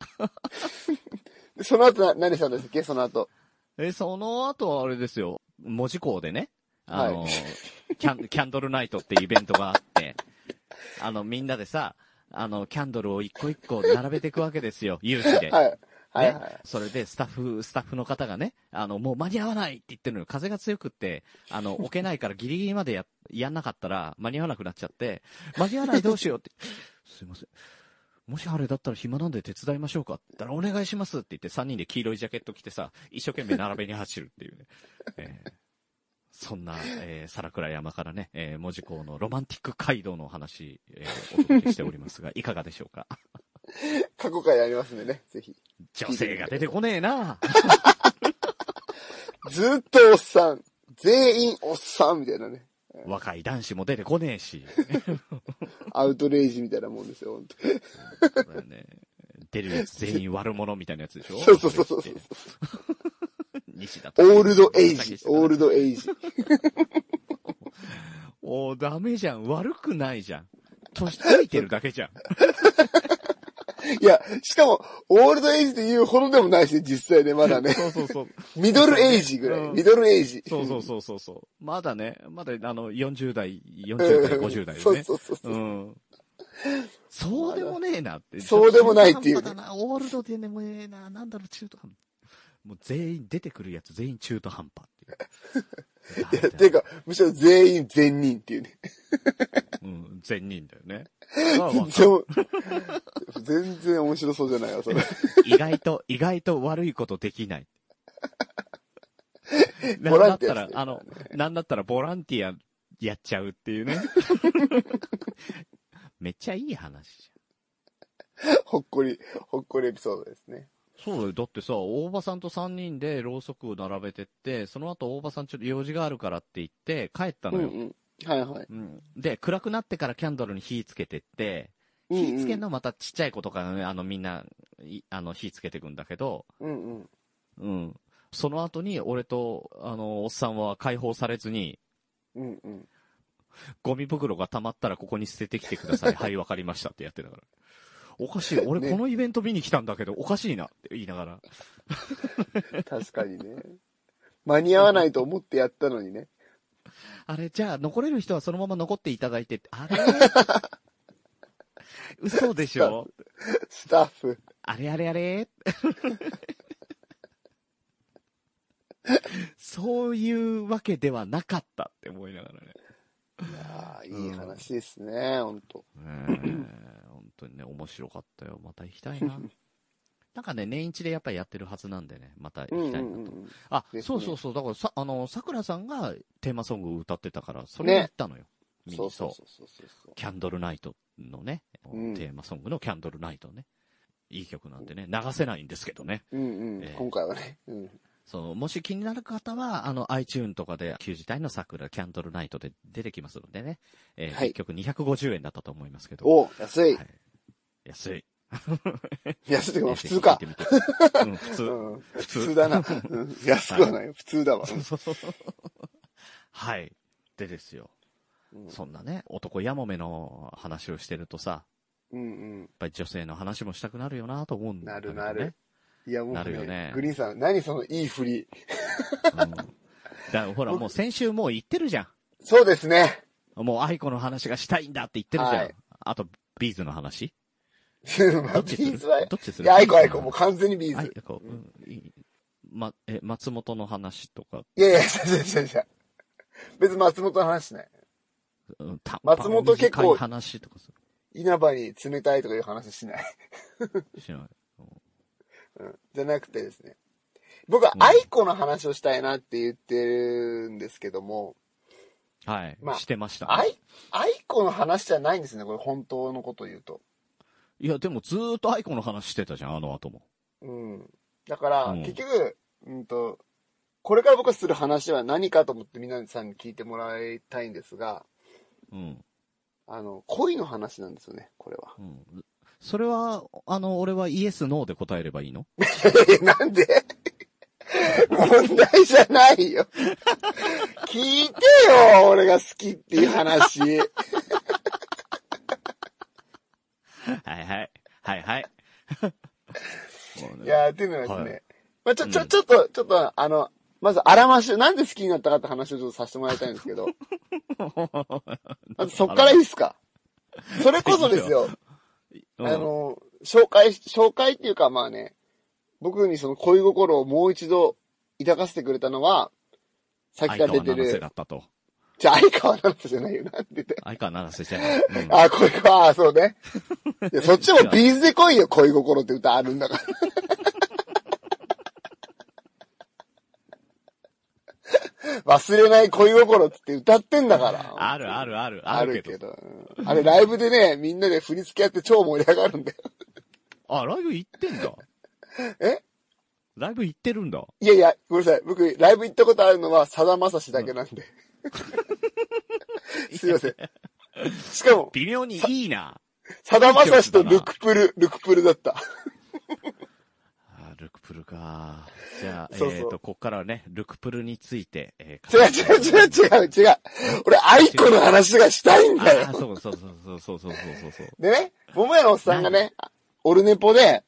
[SPEAKER 4] その後な、何したんですっけその後。
[SPEAKER 3] え、その後はあれですよ、文字港でね、あの、
[SPEAKER 4] は
[SPEAKER 3] キャン、キャンドルナイトっていうイベントがあって、あの、みんなでさ、あの、キャンドルを一個一個並べていくわけですよ、有志で。
[SPEAKER 4] はい。はい
[SPEAKER 3] ね
[SPEAKER 4] はい。
[SPEAKER 3] それでスタッフ、スタッフの方がね、あの、もう間に合わないって言ってるのよ。風が強くって、あの、置けないからギリギリまでや、やんなかったら間に合わなくなっちゃって、間に合わないどうしようって、すいません。もしあれだったら暇なんで手伝いましょうかって言ったらお願いしますって言って3人で黄色いジャケット着てさ、一生懸命並べに走るっていうね。えーそんな、えー、皿倉山からね、えー、文字港のロマンティック街道のお話、えー、お届けしておりますが、いかがでしょうか
[SPEAKER 4] 過去回ありますんでね、ぜひ。
[SPEAKER 3] 女性が出てこねえな
[SPEAKER 4] ずーっとおっさん。全員おっさんみたいなね。
[SPEAKER 3] 若い男子も出てこねえ し、
[SPEAKER 4] アウトレイジみたいなもんですよ、ほんと
[SPEAKER 3] これね出るやつ全員悪者みたいなやつでしょ
[SPEAKER 4] そうそうそうそうそう。
[SPEAKER 3] 西田
[SPEAKER 4] オー ルドエイジ。オールドエイジ。
[SPEAKER 3] おーダメじゃん。悪くないじゃん。年ついてるだけじゃん。
[SPEAKER 4] いや、しかも、オールドエイジって言うほどでもないしね、実際ね、まだね。
[SPEAKER 3] そうそうそう。
[SPEAKER 4] ミドルエイジぐらい。
[SPEAKER 3] うん
[SPEAKER 4] ミドルエイジ。
[SPEAKER 3] そうそうそうそうそう。まだね、まだあの、40代、40代、50代
[SPEAKER 4] そ
[SPEAKER 3] よ
[SPEAKER 4] う
[SPEAKER 3] ね。
[SPEAKER 4] そうそうそうう。
[SPEAKER 3] ん。そうでもねえなって。
[SPEAKER 4] そうでもないっていう
[SPEAKER 3] 中
[SPEAKER 4] ね
[SPEAKER 3] 途半端だなオールドでもねえな。なんだろう、中途半端。もう全員、出てくるやつ全員中途半端っていう。
[SPEAKER 4] いやていうか、むしろ全員全人っていうね。
[SPEAKER 3] うん、全人だよね。
[SPEAKER 4] 全然、全然面白そうじゃないわ、 それ。
[SPEAKER 3] 意外と、意外と悪いことでき ない。なん
[SPEAKER 4] ボ
[SPEAKER 3] だ
[SPEAKER 4] ラ
[SPEAKER 3] っ
[SPEAKER 4] ンティ
[SPEAKER 3] たら
[SPEAKER 4] アして、る
[SPEAKER 3] あの、なんだったらボランティアやっちゃうっていうね。 めっちゃいい話じ
[SPEAKER 4] ほっこり、ほっこりエピソードですね。
[SPEAKER 3] ゃん。そうだよ。だってさ、大場さんと3人でろうそくを並べてって、その後大場さんちょっと用事があるからって言って帰った
[SPEAKER 4] う
[SPEAKER 3] の
[SPEAKER 4] んう
[SPEAKER 3] よ。
[SPEAKER 4] ん。はいはい。
[SPEAKER 3] うんで、暗くなってからキャンドルに火つけてって、
[SPEAKER 4] うんうん
[SPEAKER 3] 火つけるのまたちっちゃい子とかね、あのみんな、いあの火つけてくんだけど、
[SPEAKER 4] うんうん。
[SPEAKER 3] うん。その後に、俺と、あの、おっさんは解放されずに、
[SPEAKER 4] うんうん。
[SPEAKER 3] ゴミ袋が溜まったらここに捨ててきてくだ さい。はい、わかりましたってやってたから。おかしい。俺、
[SPEAKER 4] ね
[SPEAKER 3] このイベント見に来たんだけど、おかしいなって言いながら。
[SPEAKER 4] 確かにね。間に合わないと思ってやったのにね。
[SPEAKER 3] あれ、じゃあ、残れる人はそのまま残っていただいてって、あ れ嘘でし ょ
[SPEAKER 4] スタッフ。
[SPEAKER 3] あれあれあれそういうわけではなかったって思いながらね。
[SPEAKER 4] いやーいい話ですね、ほんと。
[SPEAKER 3] ねえ本当にね、面白かったよ。また行きたい な。なんかね、年一でやっぱりやってるはずなんでね、また
[SPEAKER 4] うん
[SPEAKER 3] 行き
[SPEAKER 4] う
[SPEAKER 3] たい
[SPEAKER 4] んう
[SPEAKER 3] なと。
[SPEAKER 4] ん。
[SPEAKER 3] あ、
[SPEAKER 4] ですね
[SPEAKER 3] そうそうそう。だからさ、あの、桜さんがテーマソングを歌ってたから、それに行ったのよ。見に
[SPEAKER 4] そう
[SPEAKER 3] そ
[SPEAKER 4] そううそうそうそう。
[SPEAKER 3] キャンドルナイトのね、
[SPEAKER 4] うん
[SPEAKER 3] テーマソングのキャンドルナイトね。いい曲なんでね、流せないんですけどね。
[SPEAKER 4] うんうん。
[SPEAKER 3] ええ
[SPEAKER 4] 今回はね。うん。
[SPEAKER 3] その、もし気になる方は、あの、iTune とかで、旧時代の桜、キャンドルナイトで出てきますのでね。えー
[SPEAKER 4] はい
[SPEAKER 3] 結局250円だったと思いますけど。
[SPEAKER 4] お安い
[SPEAKER 3] は。い安い。
[SPEAKER 4] 安いってか普通
[SPEAKER 3] ぜひ聞
[SPEAKER 4] か。
[SPEAKER 3] いてみてうん、普
[SPEAKER 4] う
[SPEAKER 3] 通。
[SPEAKER 4] ん。普通だな。うん安くはない。普通だわ。
[SPEAKER 3] そうそうそう。 はい。でですよ。
[SPEAKER 4] うん
[SPEAKER 3] そんなね、男やもめの話をしてるとさ、
[SPEAKER 4] うん
[SPEAKER 3] やっぱり女性の話もしたくなるよなと思うんだけどね。
[SPEAKER 4] なるなるうん。いや、もう
[SPEAKER 3] なるよね
[SPEAKER 4] ね、グリーンさん、何そのいい振り。
[SPEAKER 3] うん。だからほら、もう先週もう言ってるじゃ
[SPEAKER 4] そうで すね。
[SPEAKER 3] ん。もう愛子の話がしたいんだって言ってるじゃん。
[SPEAKER 4] はい
[SPEAKER 3] あと、ビーズの話
[SPEAKER 4] ま
[SPEAKER 3] ど
[SPEAKER 4] あ
[SPEAKER 3] っ
[SPEAKER 4] ビ
[SPEAKER 3] ちする
[SPEAKER 4] ーズは、い
[SPEAKER 3] どっちする
[SPEAKER 4] や、アイコアイコ、もう完全にビー
[SPEAKER 3] 愛
[SPEAKER 4] ズ。
[SPEAKER 3] 子、うんいいま、え、松本の話とか、
[SPEAKER 4] いやいや、違う違う違う違う。別に松本の話しない。
[SPEAKER 3] うん、た
[SPEAKER 4] 松本結構
[SPEAKER 3] 短い話とかす
[SPEAKER 4] 稲葉に冷たいとかいう話しない。
[SPEAKER 3] るしない。
[SPEAKER 4] うんじゃなくてですね。僕は
[SPEAKER 3] うん
[SPEAKER 4] アイコの話をしたいなって言ってるんですけども、
[SPEAKER 3] はい。
[SPEAKER 4] まあ
[SPEAKER 3] してましたね、
[SPEAKER 4] アイ、アイコの話じゃないんですね、これ本当のこと言うと。
[SPEAKER 3] いや、でもずーっと愛子の話してたじゃん、あの後も。
[SPEAKER 4] うん。だから、
[SPEAKER 3] うん
[SPEAKER 4] 結局、うんと、これから僕がする話は何かと思って皆さんに聞いてもらいたいんですが、
[SPEAKER 3] うん。
[SPEAKER 4] あの、恋の話なんですよね、これは。
[SPEAKER 3] うん。それは、あの、俺はイエス、ノーで答えればいいの
[SPEAKER 4] なんで 問題じゃないよ。聞いてよ、俺が好きっていう 話。
[SPEAKER 3] はいはい。はいはい。
[SPEAKER 4] いやー、っていうのはですね、
[SPEAKER 3] は
[SPEAKER 4] まあちょ、ち
[SPEAKER 3] う
[SPEAKER 4] ょ、
[SPEAKER 3] ん
[SPEAKER 4] ちょっと、ちょっと、あの、まず、あらましを、なんで好きになったかって話をちょっとさせてもらいたいんですけ ど、まずそっからいいですかそれこそですよ、
[SPEAKER 3] う
[SPEAKER 4] あ
[SPEAKER 3] ん、
[SPEAKER 4] の、紹介し、紹介っていうかまあね、僕にその恋心をもう一度抱かせてくれたのは、さっき
[SPEAKER 3] 相
[SPEAKER 4] から出
[SPEAKER 3] 川
[SPEAKER 4] て
[SPEAKER 3] 七瀬だ
[SPEAKER 4] る、
[SPEAKER 3] ったと。
[SPEAKER 4] じゃあ、相川七瀬じゃないよ、なんて言って。
[SPEAKER 3] 相川七瀬じゃない。うん
[SPEAKER 4] あ、恋心、あー、そうね。いやそっちもビーズで来いよ、恋心って歌あるんだから。 忘れない恋心っつって歌ってんだから。
[SPEAKER 3] あるあるある、
[SPEAKER 4] あ
[SPEAKER 3] ある
[SPEAKER 4] る
[SPEAKER 3] けど。
[SPEAKER 4] けど。うんあれ、ライブでね、みんなで振り付けやって超盛り上がるんだよ。
[SPEAKER 3] あ、ライブ行ってんだ。
[SPEAKER 4] え
[SPEAKER 3] ライブ行ってるんだ。
[SPEAKER 4] いやいや、ごめんなさい。僕、ライブ行ったことあるのは、さだまさしだけなんで。すいません。しかも、
[SPEAKER 3] 微妙にいいな。
[SPEAKER 4] さだまさしとルクプル、ルクプルだっ
[SPEAKER 3] あ
[SPEAKER 4] た。
[SPEAKER 3] ルクプルか。じゃあ、
[SPEAKER 4] そうそう
[SPEAKER 3] えっ、と、こっからはね、ルクプルについて、え
[SPEAKER 4] 違う違う違う違う違う。俺、アイコの話がしたいん
[SPEAKER 3] う
[SPEAKER 4] だ
[SPEAKER 3] あー
[SPEAKER 4] よ。
[SPEAKER 3] そうそうそうそうそうそうそうそう。
[SPEAKER 4] でね、桃屋のおっさんがね、オルネポで、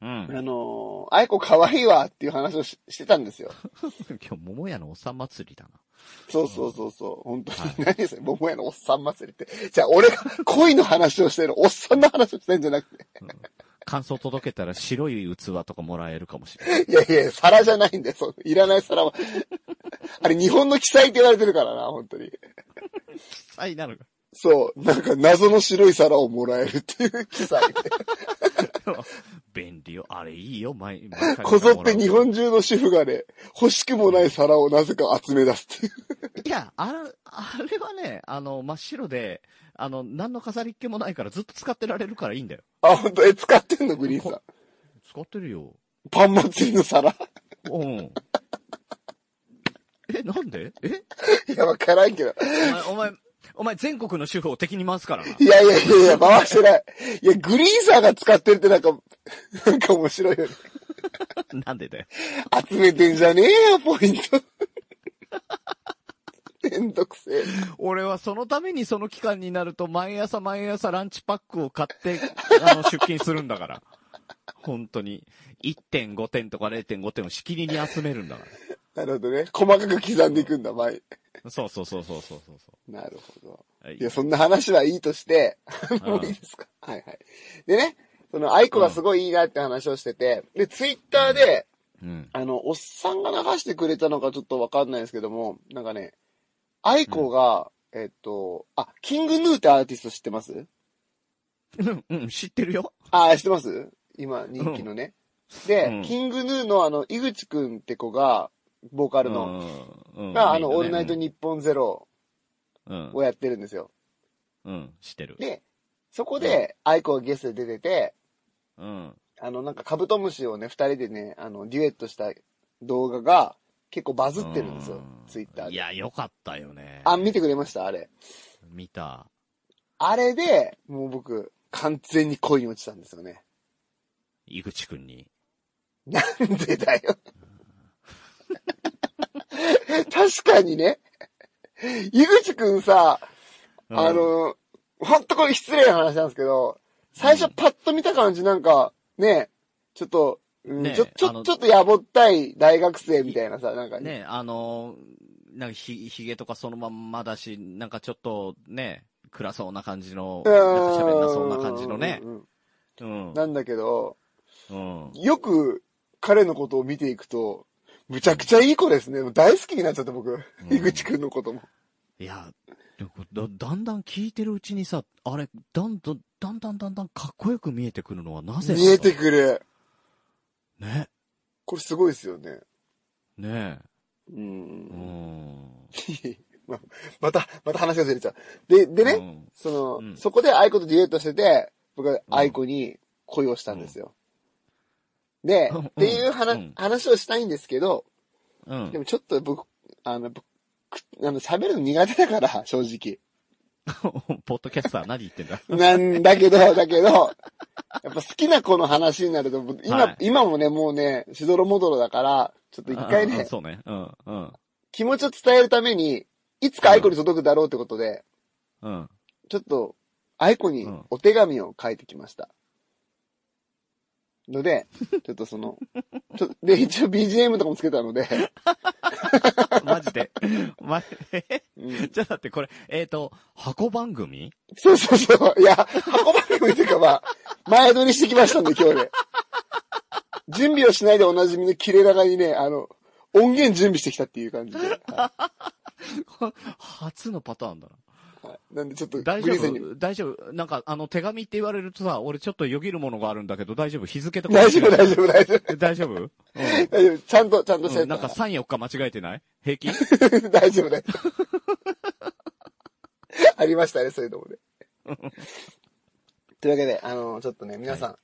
[SPEAKER 3] う
[SPEAKER 4] あ
[SPEAKER 3] ん。
[SPEAKER 4] のー、アイコ可愛いわっていう話をししてたんですよ。
[SPEAKER 3] 今日、桃屋のおっさん祭りだな。
[SPEAKER 4] そうそうそうそう。本当に。何ですよ、桃屋のおっさん祭りって。じゃあ、俺が恋の話をしてる、おっさんの話をしてんじゃなくて。
[SPEAKER 3] 感想届けたら白い器とかもらえるかもしれな い。
[SPEAKER 4] いやいや、皿じゃないんだよ。そのいらない皿は。あれ、日本の記載って言われてるからな、本当に。
[SPEAKER 3] あ、いなる。
[SPEAKER 4] そう。なんか、謎の白い皿をもらえるっていう記載。
[SPEAKER 3] 便利よ。あれいいよ、毎、毎回。
[SPEAKER 4] こぞって日本中の主婦がね、欲しくもない皿をなぜか集め出すっていう。
[SPEAKER 3] いや、あれ、あれはね、あの、真っ白で、あの、何の飾りっ気もないからずっと使ってられるからいいんだよ。
[SPEAKER 4] あ、本当え、使ってんのグリーンさん。
[SPEAKER 3] 使ってるよ。
[SPEAKER 4] パン祭りの皿
[SPEAKER 3] うん。え、なんでえ
[SPEAKER 4] いや、わからんけど。
[SPEAKER 3] お前、お前、お前全国の主婦を敵に回すからな。
[SPEAKER 4] いやいやいやいや、回してない。いや、グリーンさんが使ってるってなんか、なんか面白いよね。
[SPEAKER 3] なんでだよ。
[SPEAKER 4] 集めてんじゃねえよ、ポイント。 めんどくせえ。
[SPEAKER 3] 俺はそのためにその期間になると毎朝毎朝ランチパックを買って、あの、出勤するんだから。本当に。1.5点とか0.5点をしきりに集めるんだか
[SPEAKER 4] なるほどね。細かく刻んでいくんだ、前。
[SPEAKER 3] ら。そうそうそうそうそうそうそ
[SPEAKER 4] なるほど。
[SPEAKER 3] う。
[SPEAKER 4] いや、そんな話はいいとして、
[SPEAKER 3] うん
[SPEAKER 4] もういいですかはいはい。でね、その、アイコがすごいいいなって話をしてて、で、ツイッターで、
[SPEAKER 3] うん。
[SPEAKER 4] あの、おっさんが流してくれたのかちょっとわかんないですけども、なんかね、アイコが、えっと、あ、キングヌーってアーティスト知ってます
[SPEAKER 3] うん、うん、知ってるよ。
[SPEAKER 4] あ、知ってます今、人気のね。で、
[SPEAKER 3] うん
[SPEAKER 4] キングヌーのあの、井口くんって子が、ボーカ
[SPEAKER 3] あ
[SPEAKER 4] ルの、
[SPEAKER 3] うん。うん
[SPEAKER 4] が、あの、オールナイトニッポンゼロ
[SPEAKER 3] うん
[SPEAKER 4] を。やってるんですよ。
[SPEAKER 3] うん、知ってる。
[SPEAKER 4] で、そこで、アイコがゲストで出てて、
[SPEAKER 3] うん。
[SPEAKER 4] あの、なんかカブトムシをね、二人でね、あの、デュエットした動画が結構バズってるんですよ、ツイッター
[SPEAKER 3] い
[SPEAKER 4] で。
[SPEAKER 3] や、よかったよね。
[SPEAKER 4] あ、見てくれましたあれ。
[SPEAKER 3] 見た。
[SPEAKER 4] あれで、もう僕、完全に恋に落ちたんですよね。
[SPEAKER 3] 井口くんに。
[SPEAKER 4] なんでだ よ。確かにね。井口くんさ、
[SPEAKER 3] うん
[SPEAKER 4] あ、の、ほんとこれ失礼な話なんですけど、最初パッと見た感じなんか、ね、ちょっと、うん
[SPEAKER 3] ね
[SPEAKER 4] ちょ、ち
[SPEAKER 3] あ
[SPEAKER 4] ょ、
[SPEAKER 3] の
[SPEAKER 4] ちょっとやぼったい大学生みたいなさ、なんかね。
[SPEAKER 3] ね、あの、なんかひ、ひげとかそのまんまだし、なんかちょっとね、暗そうな感じの、なんか喋んなそうな感じのね
[SPEAKER 4] う。ん
[SPEAKER 3] うん。
[SPEAKER 4] なんだけど、
[SPEAKER 3] うん。
[SPEAKER 4] よく彼のことを見ていくと、むちゃくちゃいい子ですね。もう大好きになっちゃって僕、井口くんのことも。
[SPEAKER 3] いや、でもだだんだん聞いてるうちにさ、あれ、だんだん、だんだんだんだんかっこよく見えてくるのはなぜなんだ
[SPEAKER 4] 見えてくる。
[SPEAKER 3] ね。
[SPEAKER 4] これすごいですよね。
[SPEAKER 3] ね
[SPEAKER 4] う。
[SPEAKER 3] え。うんん。
[SPEAKER 4] また、また話がずれちゃう。で、でね、
[SPEAKER 3] うん
[SPEAKER 4] その、
[SPEAKER 3] うん
[SPEAKER 4] そこでアイコとデュエットしてて、僕はアイコに恋をしたんですよ。で、
[SPEAKER 3] うん
[SPEAKER 4] っていう話、
[SPEAKER 3] うん
[SPEAKER 4] 話をしたいんですけど、
[SPEAKER 3] うん
[SPEAKER 4] で。もちょっと僕、あの、僕あの、喋るの苦手だから、正直。
[SPEAKER 3] ポッドキャスター何言ってんだ
[SPEAKER 4] なんだけど、 だけど、やっぱ好きな子の話になると、僕今、
[SPEAKER 3] はい
[SPEAKER 4] 今もね、もうね、しどろもどろだから、ち ょっと一回
[SPEAKER 3] うんうん
[SPEAKER 4] ね、
[SPEAKER 3] そうね。うん、うん、
[SPEAKER 4] 気持ちを伝えるために、いつかアイコに届くだろうってことで、
[SPEAKER 3] うん。
[SPEAKER 4] ちょっと、アイコに
[SPEAKER 3] うん
[SPEAKER 4] お手紙を書いてきました。ので、ちょっとその、ちょで、一応 BGM とかもつけたので、
[SPEAKER 3] マジで。 マジで。
[SPEAKER 4] うん
[SPEAKER 3] じゃあだってこれ、えっ、と、箱番組
[SPEAKER 4] そうそうそう、いや、運ばれるっていうかまあ、前撮りしてきましたんで、今日で。準備をしないでおなじみの切れ長にね、あの、音源準備してきたっていう感じで。は
[SPEAKER 3] 初のパターンだな。
[SPEAKER 4] いはいなんでちょっと、グ
[SPEAKER 3] 大
[SPEAKER 4] リ
[SPEAKER 3] 丈
[SPEAKER 4] ーンさんにも。
[SPEAKER 3] 夫大丈夫なんか、あの、手紙って言われるとさ、俺ちょっとよぎるものがあるんだけど、大丈夫日付とか。
[SPEAKER 4] 大丈夫、大丈夫、大丈夫。
[SPEAKER 3] 夫。大丈 夫
[SPEAKER 4] 大丈夫、ちゃんと、ちゃんとし
[SPEAKER 3] う
[SPEAKER 4] たや
[SPEAKER 3] ん、
[SPEAKER 4] つ
[SPEAKER 3] な
[SPEAKER 4] だ
[SPEAKER 3] ん
[SPEAKER 4] か。
[SPEAKER 3] から3、4日間違えてない平 均
[SPEAKER 4] 大丈夫、大丈夫。 ありましたね、そういうのもね。というわけで、あの、ちょっとね、皆さん、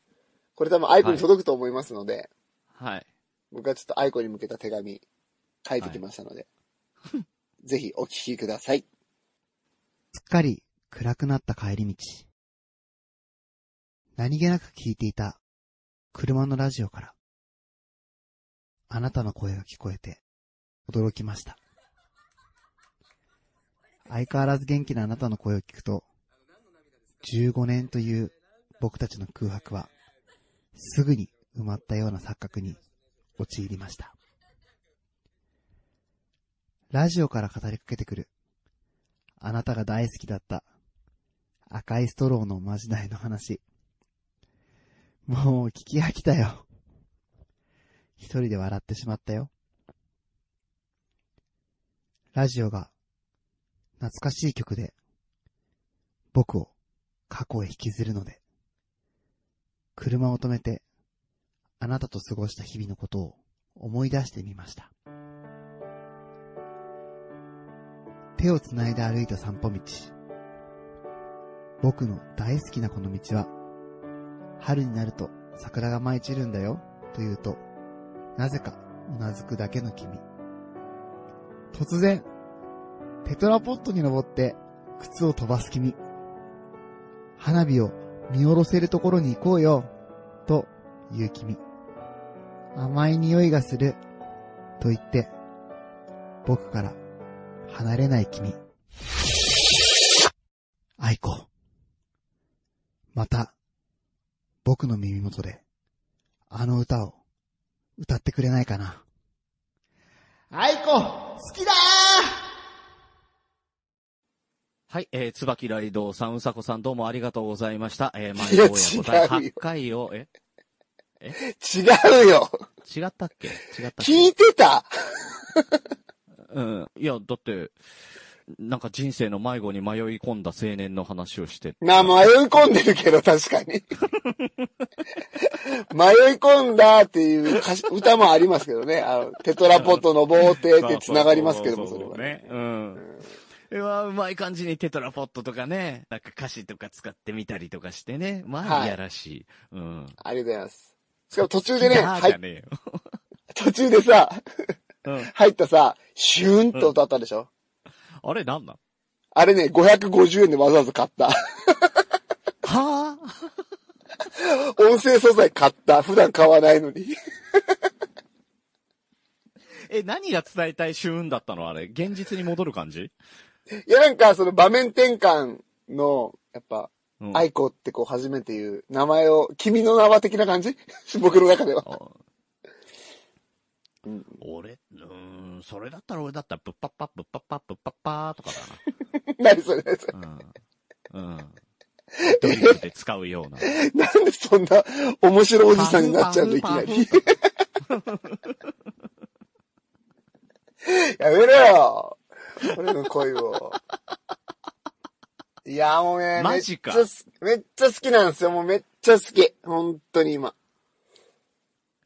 [SPEAKER 4] これ多分アイコに届くと思いますので、
[SPEAKER 3] はい。
[SPEAKER 4] 僕はちょっとアイコに向けた手紙書いてきましたので、ぜひお聞きください。
[SPEAKER 6] すっかり暗くなった帰り道。何気なく聞いていた車のラジオから、あなたの声が聞こえて驚きました。相変わらず元気なあなたの声を聞くと、15年という僕たちの空白は、すぐに埋まったような錯覚に陥りました。ラジオから語りかけてくるあなたが大好きだった。赤いストローのおまじないの話。もう聞き飽きたよ。一人で笑ってしまったよ。ラジオが懐かしい曲で僕を過去へ引きずるので、車を止めてあなたと過ごした日々のことを思い出してみました。手を繋いで歩いた散歩道。僕の大好きなこの道は、春になると桜が舞い散るんだよ、と言うと、なぜかうなずくだけの君。突然、テトラポットに登って靴を飛ばす君。花火を見下ろせるところに行こうよ、と言う君。甘い匂いがする、と言って、僕から離れない君。愛子。また、僕の耳元で、あの歌を、歌ってくれないかな。愛子、好きだ
[SPEAKER 3] はい、えー、つばきらいどうさん、うさこさん、どうもありがとうございました。えー、毎
[SPEAKER 4] いや
[SPEAKER 3] 度親子第
[SPEAKER 4] 違う
[SPEAKER 3] 8回
[SPEAKER 4] よ
[SPEAKER 3] を、え、
[SPEAKER 4] 違うよ
[SPEAKER 3] 違ったっけ違ったっけ
[SPEAKER 4] 聞いてた
[SPEAKER 3] うん。いや、だって、なんか人生の迷子に迷い込んだ青年の話をして、
[SPEAKER 4] な、迷い込んでるけど、確かに。迷い込んだっていう歌詞歌もありますけどね。あの、テトラポット登ってって繋がりますけども、それはね。
[SPEAKER 3] ね。うん。うわ、うまい感じにテトラポットとかね、なんか歌詞とか使ってみたりとかしてね。まあ、
[SPEAKER 4] はい
[SPEAKER 3] いやらしい。うん。
[SPEAKER 4] ありがとうございます。しかも途中でね、
[SPEAKER 3] ギャーじ
[SPEAKER 4] 入
[SPEAKER 3] ゃ
[SPEAKER 4] っ
[SPEAKER 3] ねえよ。
[SPEAKER 4] 途中でさ、
[SPEAKER 3] うん
[SPEAKER 4] 入ったさ、シューンって音あったでしょ、
[SPEAKER 3] あれなんなん
[SPEAKER 4] あれね、550円でわざわざ買った。
[SPEAKER 3] はあ
[SPEAKER 4] 音声素材買った。普段買わないのに。
[SPEAKER 3] え、何が伝えたい旬だったのあれ。現実に戻る感じ
[SPEAKER 4] いや、なんか、その場面転換の、やっぱ、
[SPEAKER 3] うん
[SPEAKER 4] アイコってこう初めて言う、名前を、君の名は的な感じ 僕の中では。
[SPEAKER 3] あ
[SPEAKER 4] うん
[SPEAKER 3] 俺、うーん、それだったら俺だったら、ぶっぱっぱ、ぶっぱっぱ、ぶっぱっぱとか
[SPEAKER 4] 何それ 何それ
[SPEAKER 3] だな。うん。うん。ドリンクで使うような。
[SPEAKER 4] なんでそんな面白いおじさんになっちゃうのいきなり。やめろよ俺の恋を。いや、もうね、
[SPEAKER 3] マジか
[SPEAKER 4] めっちゃ好き、めっちゃ好きなんですよ。もうめっちゃ好き。本当に今。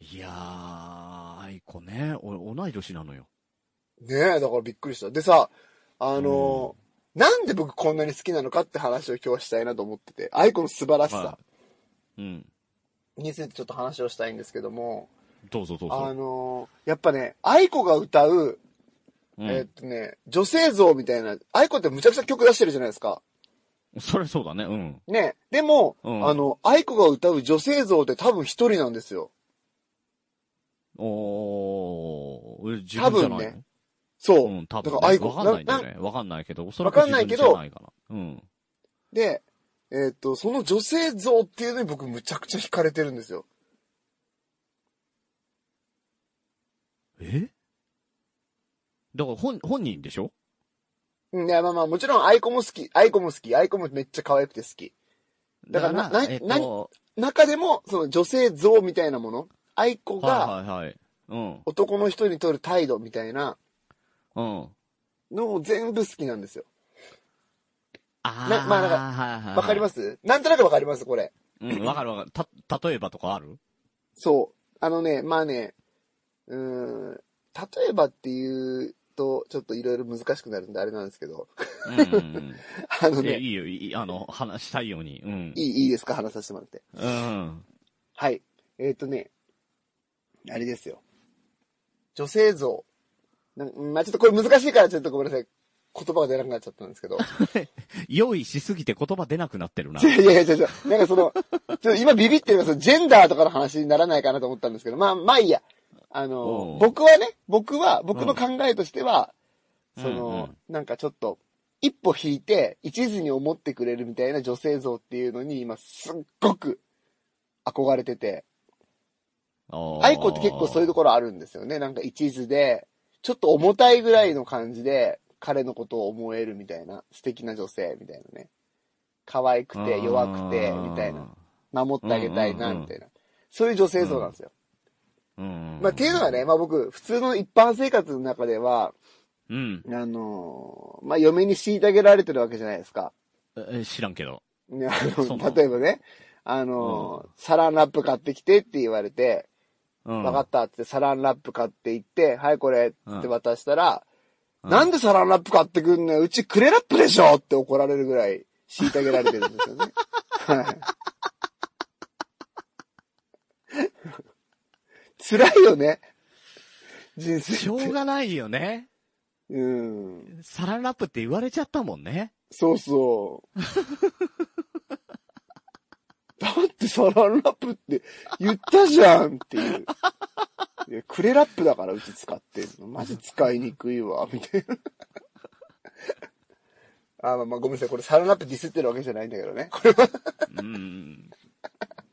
[SPEAKER 3] いやー、アイコね、俺、同い年なのよ。
[SPEAKER 4] ねえ、だからびっくりした。でさ、あの、なんで僕こんなに好きなのかって話を今日はしたいなと思ってて、アイコの素晴らしさ
[SPEAKER 3] はいうん。
[SPEAKER 4] についてちょっと話をしたいんですけども、
[SPEAKER 3] どうぞどう
[SPEAKER 4] あ
[SPEAKER 3] ぞ。
[SPEAKER 4] の、やっぱね、アイコが歌う、
[SPEAKER 3] うん
[SPEAKER 4] えーっとね、女性像みたいな、アイコってむちゃくちゃ曲出してるじゃないですか。
[SPEAKER 3] そりゃそうだね、うん。
[SPEAKER 4] ね。でも、
[SPEAKER 3] うん
[SPEAKER 4] あの、アイコが歌う女性像って多分一人なんですよ。
[SPEAKER 3] おー、え自分じゃないの
[SPEAKER 4] 多分ねそう。
[SPEAKER 3] うん、多分、
[SPEAKER 4] だからア
[SPEAKER 3] ね。
[SPEAKER 4] イコ
[SPEAKER 3] わかんないんだよね。わかんないけど、おそらく
[SPEAKER 4] わかんないけど
[SPEAKER 3] 自分じゃないかな。うん。
[SPEAKER 4] で、えーっと、その女性像っていうのに僕むちゃくちゃ惹かれてるんですよ。
[SPEAKER 3] えだから本、本人でしょ
[SPEAKER 4] うん、いや、まあまあ、もちろんアイコも好き、アイコも好き、アイコもめっちゃ可愛くて好き。だからなな
[SPEAKER 3] えっと
[SPEAKER 4] 何中でも、その女性像みたいなもの、アイコが
[SPEAKER 3] はいはいはい。うん。
[SPEAKER 4] 男の人にとる態度みたいな
[SPEAKER 3] うん。
[SPEAKER 4] のを全部好きなんですよ。
[SPEAKER 3] あ
[SPEAKER 4] なまあだから
[SPEAKER 3] か。
[SPEAKER 4] わかりますすなんとなくわかりますこれ。
[SPEAKER 3] うん、わかるわかる。た、例えばとかある
[SPEAKER 4] そう。あのね、まあね、うーん、例えばっていうと、ちょっといろいろ難しくなるんであれなんですけど、
[SPEAKER 3] うん。
[SPEAKER 4] あの
[SPEAKER 3] え
[SPEAKER 4] ね、
[SPEAKER 3] いいよ、いい、あの、話したいように。うん。
[SPEAKER 4] いい、いいですか話させてもらって。
[SPEAKER 3] うん。
[SPEAKER 4] はい。えっ、ー、とね、あれですよ。女性像。なまあちょっとこれ難しいからちょっとごめんなさい。言葉が出なくなっちゃったんですけど。
[SPEAKER 3] 用意しすぎて言葉出なくな ってるな。
[SPEAKER 4] いやいやいやいや、なんかその、ちょっと今ビビってるから、ジェンダーとかの話にならないかなと思ったんですけど、まあ、まあいいや。あ
[SPEAKER 3] お
[SPEAKER 4] の
[SPEAKER 3] う、
[SPEAKER 4] 僕はね、僕は、僕の考えとしては、その、
[SPEAKER 3] うん
[SPEAKER 4] なんかちょっと、一歩引いて、一途に思ってくれるみたいな女性像っていうのに、今すっごく憧れてて、アイコって結構そういうと
[SPEAKER 3] こ
[SPEAKER 4] ころあるんですよね。なんか一途で、ちょっと重たいぐらいの感じで、彼のことを思えるみたいな、素敵な女性みたいなね。可愛くて、弱くて、みたいな。。守ってあげたいな、
[SPEAKER 3] うんうんうん
[SPEAKER 4] みたいな。そういう女性像なんですよ。
[SPEAKER 3] うん。
[SPEAKER 4] まあ、っていうのはね、まあ僕、普通の一般生活の中では、
[SPEAKER 3] うん。
[SPEAKER 4] あのーまあ嫁に虐げられてるわけじゃないですか。
[SPEAKER 3] え知らんけど。
[SPEAKER 4] ね、あ
[SPEAKER 3] そうな
[SPEAKER 4] の
[SPEAKER 3] の
[SPEAKER 4] 例えばね、あのーサランラップ買ってきてって言われて、
[SPEAKER 3] うん。
[SPEAKER 4] 分かったってサランラップ買って行って、はいこれって渡したら、
[SPEAKER 3] うん
[SPEAKER 4] なんでサランラップ買ってくんのようちクレラップでしょって怒られるぐらい虐げられてるんですよね。はい。辛いよね。人
[SPEAKER 3] し
[SPEAKER 4] 生
[SPEAKER 3] ょ
[SPEAKER 4] っ
[SPEAKER 3] う
[SPEAKER 4] て。
[SPEAKER 3] がないよね。
[SPEAKER 4] うん。
[SPEAKER 3] サランラップって言われちゃったもんね。
[SPEAKER 4] そうそう。 だってサランラップって言ったじゃんっていう。いやクレラップだからうち使ってんの。マジ使いにくいわ、みたいな。あ、まあまあごめんなさい。これサランラップディスってるわけじゃないんだけどね。これは。
[SPEAKER 3] うん。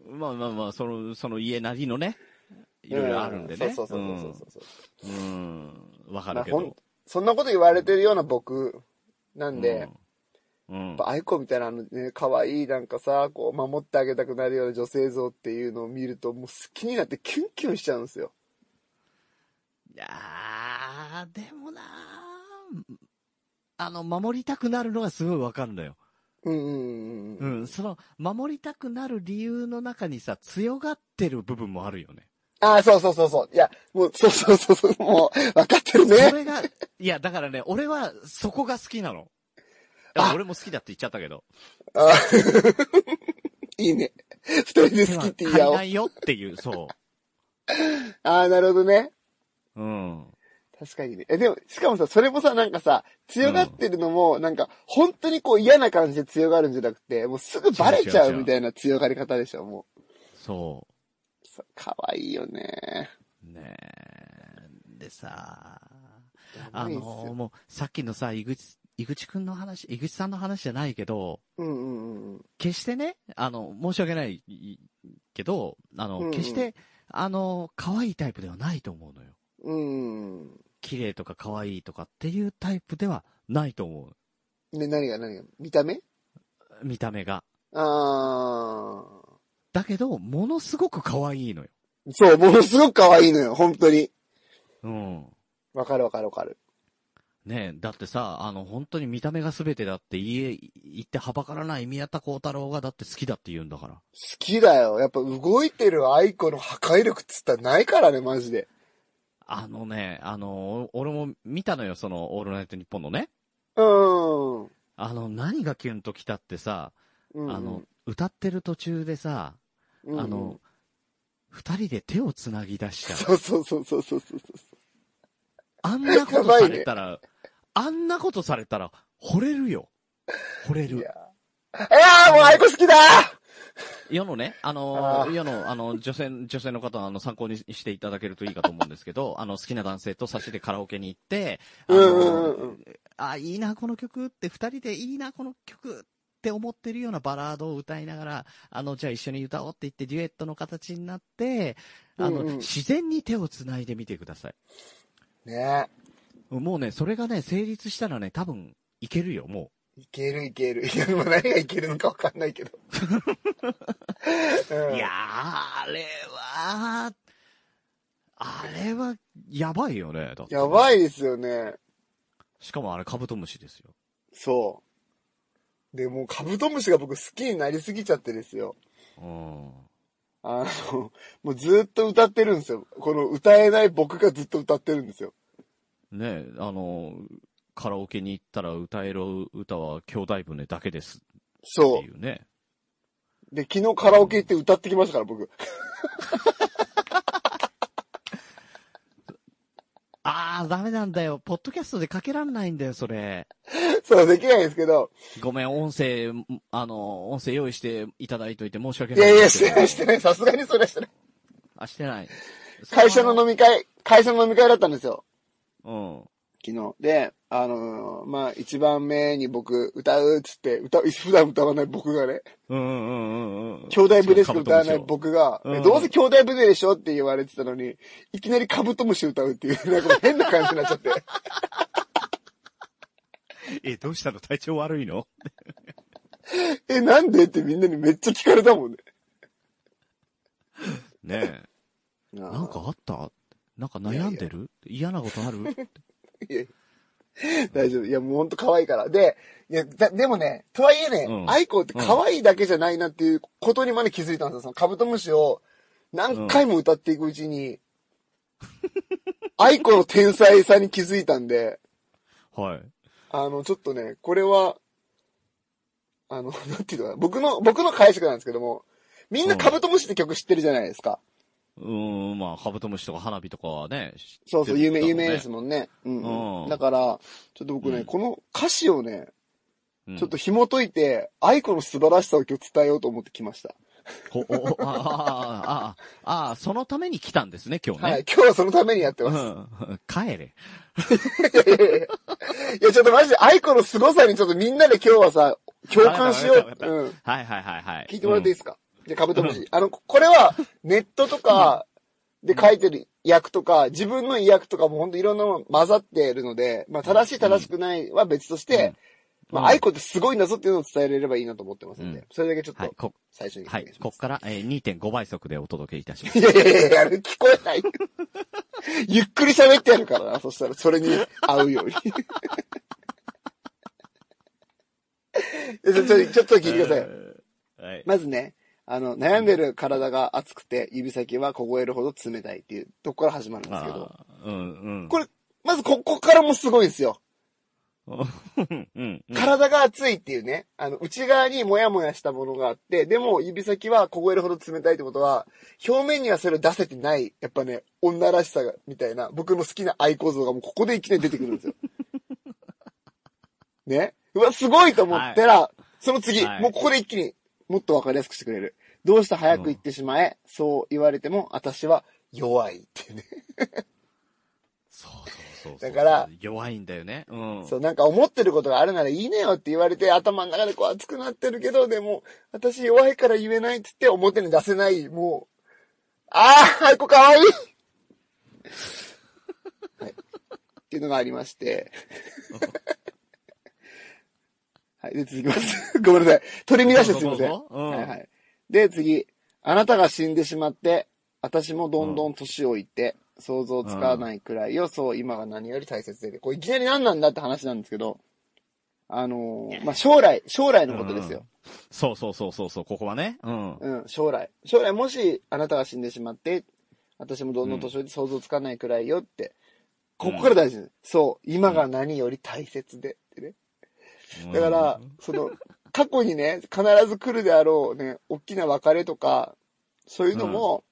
[SPEAKER 3] まあまあまあ、その、その家なりのね、いろいろあるんでね。
[SPEAKER 4] そうそうそうそうそうそう。
[SPEAKER 3] うん。うん。わか
[SPEAKER 4] ま
[SPEAKER 3] る
[SPEAKER 4] あ
[SPEAKER 3] け
[SPEAKER 4] ほん
[SPEAKER 3] ど。
[SPEAKER 4] そんなこと言われてるような僕なんで、
[SPEAKER 3] うん、うん
[SPEAKER 4] やっぱ愛子みたいなあのね、可愛いなんかさ、こう守ってあげたくなるような女性像っていうのを見ると、もう好きになってキュンキュンしちゃうんですよ。
[SPEAKER 3] いやー、でもなー、あの、守りたくなるのがすごいわかるのよ。
[SPEAKER 4] うんうんう
[SPEAKER 3] うんん。その、守りたくなる理由の中にさ、強がってる部分もあるよね。
[SPEAKER 4] ああ、そうそうそうそう。いや、もう、そうそうそうそう、もう、分かってる
[SPEAKER 3] そ
[SPEAKER 4] ね。
[SPEAKER 3] れが、いや、だからね、俺はそこが好きなの。
[SPEAKER 4] あ
[SPEAKER 3] 俺も好きだって言っちゃったけど。
[SPEAKER 4] あー いいね。二人で好きって
[SPEAKER 3] 手はい
[SPEAKER 4] 言合
[SPEAKER 3] 借り
[SPEAKER 4] おう
[SPEAKER 3] な。いよっていう、そう。
[SPEAKER 4] ああ、なるほどね。
[SPEAKER 3] うん。
[SPEAKER 4] 確かにね。え、でも、しかもさ、それもさ、なんかさ、強がってるのも、なんか、本当にこう嫌な感じで強がるんじゃなくて、もうすぐバレちゃ
[SPEAKER 3] 違う違
[SPEAKER 4] う
[SPEAKER 3] う
[SPEAKER 4] みたいな強がり方でしょ、も。
[SPEAKER 3] そう
[SPEAKER 4] そう可愛いよね。
[SPEAKER 3] う。ねえ。でさ、
[SPEAKER 4] や
[SPEAKER 3] あ
[SPEAKER 4] ばいっ
[SPEAKER 3] の
[SPEAKER 4] すよ
[SPEAKER 3] ーもう、さっきのさ、井口、井口くんの話、井口さんの話じゃないけど、
[SPEAKER 4] うんうんうんうん。
[SPEAKER 3] 決してね、あの、申し訳ないいけど、あの、
[SPEAKER 4] うんうん
[SPEAKER 3] 決して、あの、可愛いタイプではないと思うのよ。
[SPEAKER 4] うんうん
[SPEAKER 3] 綺麗とか可愛いとかっていうタイプではないと思
[SPEAKER 4] うん。ね、何が何が見た目
[SPEAKER 3] う。見た目が。
[SPEAKER 4] あ
[SPEAKER 3] だけど、ものすごく可愛いのよ。
[SPEAKER 4] ー。そう、ものすごく可愛いのよ、本当に。
[SPEAKER 3] うん。
[SPEAKER 4] わかるわかるわかる。
[SPEAKER 3] ねえ、だってさ、あの、本当に見た目が全てだって言え、言ってはばからない宮田幸太郎がだって好きだって言うんだから。
[SPEAKER 4] 好きだよ。やっぱ動いてるアイコの破壊力っつったらないからね、マジで。
[SPEAKER 3] あのね、あの、お俺も見たのよ、その、オールナイトニッポンのね。
[SPEAKER 4] うーん。
[SPEAKER 3] あの、何がキュンときたってさ、
[SPEAKER 4] うん
[SPEAKER 3] あの、、歌ってる途中でさ、
[SPEAKER 4] うんうん
[SPEAKER 3] あの、、二人で手を繋ぎ出しちゃう。
[SPEAKER 4] そうそうそうそうそうそうそう。
[SPEAKER 3] あんなこ
[SPEAKER 4] や
[SPEAKER 3] と
[SPEAKER 4] ばい
[SPEAKER 3] さ
[SPEAKER 4] ね
[SPEAKER 3] れたら、あんなことされたら、惚れるよ。惚れ
[SPEAKER 4] い
[SPEAKER 3] る
[SPEAKER 4] や。ー、もうアイコ好きだ
[SPEAKER 3] 世のね、あの
[SPEAKER 4] あー
[SPEAKER 3] 世の、あの、女性、女性の方は、あの、参考にしていただけるといいかと思うんですけど、あの、好きな男性と差しでカラオケに行って、あの
[SPEAKER 4] うんうんうんうん
[SPEAKER 3] あ、いいな、この曲って、二人でいいな、この曲って思ってるようなバラードを歌いながら、あの、じゃあ一緒に歌おうって言って、デュエットの形になって、あの、
[SPEAKER 4] うんうん
[SPEAKER 3] 自然に手を繋いでみてください。
[SPEAKER 4] ね
[SPEAKER 3] もうね、それがね、成立したらね、多分、いけるよ、も
[SPEAKER 4] いけるいける。いや、もう何がいけるのかわかんないけど。
[SPEAKER 3] う。
[SPEAKER 4] うん
[SPEAKER 3] いやー、あれは、あれは、やばいよね、だってね
[SPEAKER 4] やばいですよね。
[SPEAKER 3] しかもあれカブトムシですよ。
[SPEAKER 4] そう。で、もうカブトムシが僕好きになりすぎちゃってですよ。
[SPEAKER 3] うん。
[SPEAKER 4] あの、 もうずっと歌ってるんですよ。この歌えない僕がずっと歌ってるんですよ。
[SPEAKER 3] ねえあの、カラオケに行ったら歌える歌は兄弟船だけですって
[SPEAKER 4] そ
[SPEAKER 3] いうね。
[SPEAKER 4] う。で、昨日カラオケ行って歌ってきましたから、僕。
[SPEAKER 3] ああ、ダメなんだよ。ポッドキャストでかけらんないんだよ、それ。
[SPEAKER 4] そう、できないんですけど。
[SPEAKER 3] ごめん、音声、あの、音声用意していただいといて申し訳
[SPEAKER 4] い
[SPEAKER 3] な
[SPEAKER 4] や
[SPEAKER 3] いん
[SPEAKER 4] い
[SPEAKER 3] で
[SPEAKER 4] や、
[SPEAKER 3] す
[SPEAKER 4] し
[SPEAKER 3] けど。
[SPEAKER 4] てない、してない。さすがにそれはしてない。
[SPEAKER 3] あ、してない。
[SPEAKER 4] 会社の飲み会、会社の飲み会だったんですよ。
[SPEAKER 3] うん。
[SPEAKER 4] 昨日。で、あのーまあ、一番目に僕、歌うっつって、歌う、普段歌わない僕がね、
[SPEAKER 3] うんうんうんうん。
[SPEAKER 4] 兄弟船しか歌わない僕が、
[SPEAKER 3] うん
[SPEAKER 4] えどうせ兄弟船でしょって言われてたのに、いきなりカブトムシ歌うっていう、なんか変な感じになっちゃって。
[SPEAKER 3] え、どうしたの体調悪いの
[SPEAKER 4] え、なんでってみんなにめっちゃ聞かれたもんね。
[SPEAKER 3] ね え。
[SPEAKER 4] な
[SPEAKER 3] なんかあったなんか悩んでる嫌なことある
[SPEAKER 4] いやいや 大丈夫。いや、もうほんと可愛いから。で、いや、だでもね、とはいえね、
[SPEAKER 3] うん
[SPEAKER 4] アイコって可愛いだけじゃないなっていうことにまで気づいたんですよ。そのカブトムシを何回も歌っていくうちに、アイコの天才さに気づいたんで、
[SPEAKER 3] はい。
[SPEAKER 4] あの、ちょっとね、これは、あの、なんていうのかな、僕の、僕の解釈なんですけども、みんなカブトムシって曲知ってるじゃないですか。
[SPEAKER 3] うーん、まあ、カブトムシとか花火とかはね。
[SPEAKER 4] そうそう、
[SPEAKER 3] 知
[SPEAKER 4] 有
[SPEAKER 3] って
[SPEAKER 4] 名、
[SPEAKER 3] る
[SPEAKER 4] 有
[SPEAKER 3] んだろうね
[SPEAKER 4] 名ですもんね。うん、う。
[SPEAKER 3] うんん
[SPEAKER 4] だから、ちょっと僕
[SPEAKER 3] う
[SPEAKER 4] ね、
[SPEAKER 3] ん
[SPEAKER 4] この歌詞をね、
[SPEAKER 3] うん
[SPEAKER 4] ちょっと紐解いて、愛子の素晴らしさを今日伝えようと思ってきました。
[SPEAKER 3] ほおおああ、ああ、ああ、そのために来たんですね、今日ね。
[SPEAKER 4] はい。今日はそのためにやって
[SPEAKER 3] う
[SPEAKER 4] ます。
[SPEAKER 3] ん、 帰れ。
[SPEAKER 4] いや、ちょっとマジで愛子の凄さにちょっとみんなで今日はさ、共感しよ
[SPEAKER 3] わか
[SPEAKER 4] う
[SPEAKER 3] っ。たわ
[SPEAKER 4] うん。
[SPEAKER 3] はいはいはいはい。
[SPEAKER 4] 聞いてもらっていい
[SPEAKER 3] す
[SPEAKER 4] ですか、じゃあカブトムシ。あの、これは、ネットとかで書いてる訳とか、自分の意訳とかもほんといろんなもの混ざっているので、まあ正しい正しくないは別として、
[SPEAKER 3] うん
[SPEAKER 4] まあ愛子ってすごいんだぞっていうのを伝えれればいいなと思ってますんで、
[SPEAKER 3] うん
[SPEAKER 4] それだけちょっ
[SPEAKER 3] はい、
[SPEAKER 4] と
[SPEAKER 3] こ、
[SPEAKER 4] 最初にお
[SPEAKER 3] は
[SPEAKER 4] 願い
[SPEAKER 3] い
[SPEAKER 4] します。、
[SPEAKER 3] こっから、えー、2.5倍速でお届けいたします。
[SPEAKER 4] いやいやいや、聞こえない。 ゆっくり喋ってやるからな、そしたら、それに合うように。 ちょちょちょっと聞いてください。
[SPEAKER 3] えーはい。
[SPEAKER 4] まずね、あの、悩んでる体が熱くて、指先は凍えるほど冷たいっていうとこから始まるんですけど、
[SPEAKER 3] あーうんうん。
[SPEAKER 4] これまずここからもすごいんですよ。
[SPEAKER 3] うん うんうん
[SPEAKER 4] 体が熱いっていうね、あの、内側にもやもやしたものがあって、でも指先は凍えるほど冷たいってことは、表面にはそれを出せてない、やっぱね、女らしさが、みたいな、僕の好きな愛好像がもうここで一気に出てくるん ですよ。ねうわ、すごいと思ったら、その次、
[SPEAKER 3] はい
[SPEAKER 4] もうここで一気に、もっとわかりやすくしてくれる。どうして早く行ってしまえ、そう言われても、私は弱いっていうね。
[SPEAKER 3] そうそうそうそう。
[SPEAKER 4] だから、
[SPEAKER 3] 弱いんだよね。うん。
[SPEAKER 4] そう、なんか思ってることがあるならいいねよって言われて、頭の中でこう熱くなってるけど、でも、私弱いから言えないっつって表に出せない、もう、あー、あいこかわいい、 はい、っていうのがありま して。はい、で続きます。ごめんなさい。取り乱してすいません。
[SPEAKER 3] どうぞどうぞうん
[SPEAKER 4] はいはい。で、次。あなたが死んでしまって、私もどんどん年老いて、想像つかないくらいよ、そう、今が何より大切で。これいきなり何なんだって話なんですけど、あのーまあ、将来、将来のことですよ。
[SPEAKER 3] そうそうそうそうそう、ここはね。うん。
[SPEAKER 4] うん、将来。将来もしあなたが死んでしまって、私もどんどん年老いて想像つかないくらいよって、ここから大事です。そう、今が何より大切でってね。だから、その、過去にね、必ず来るであろうね、大きな別れとか、そういうのも、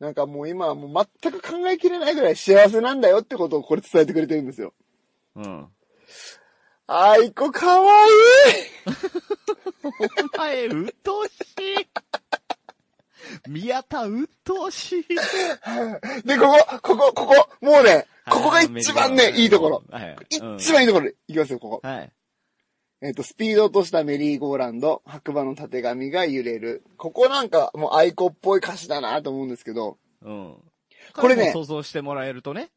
[SPEAKER 4] なんかもう今はもう全く考えきれないぐらい幸せなんだよってことをこれ伝えてくれてるんですよ。
[SPEAKER 3] うん、うん。
[SPEAKER 4] あいこかわい
[SPEAKER 3] お前、うっとう しい。宮田、うっとうしい。
[SPEAKER 4] いで、ここ、ここ、ここ、もうね、 ここが一番ね、いいところ。
[SPEAKER 3] はい。
[SPEAKER 4] 一
[SPEAKER 3] うん
[SPEAKER 4] 番いいところ、いきますよ、ここ。
[SPEAKER 3] はい。
[SPEAKER 4] えっ、と、スピード落としたメリーゴーランド、白馬の縦紙が揺れる。ここなんかもうアイコっぽい歌詞だなと思うんですけど、
[SPEAKER 3] うん。
[SPEAKER 4] これね
[SPEAKER 3] 想像してもらえるとね。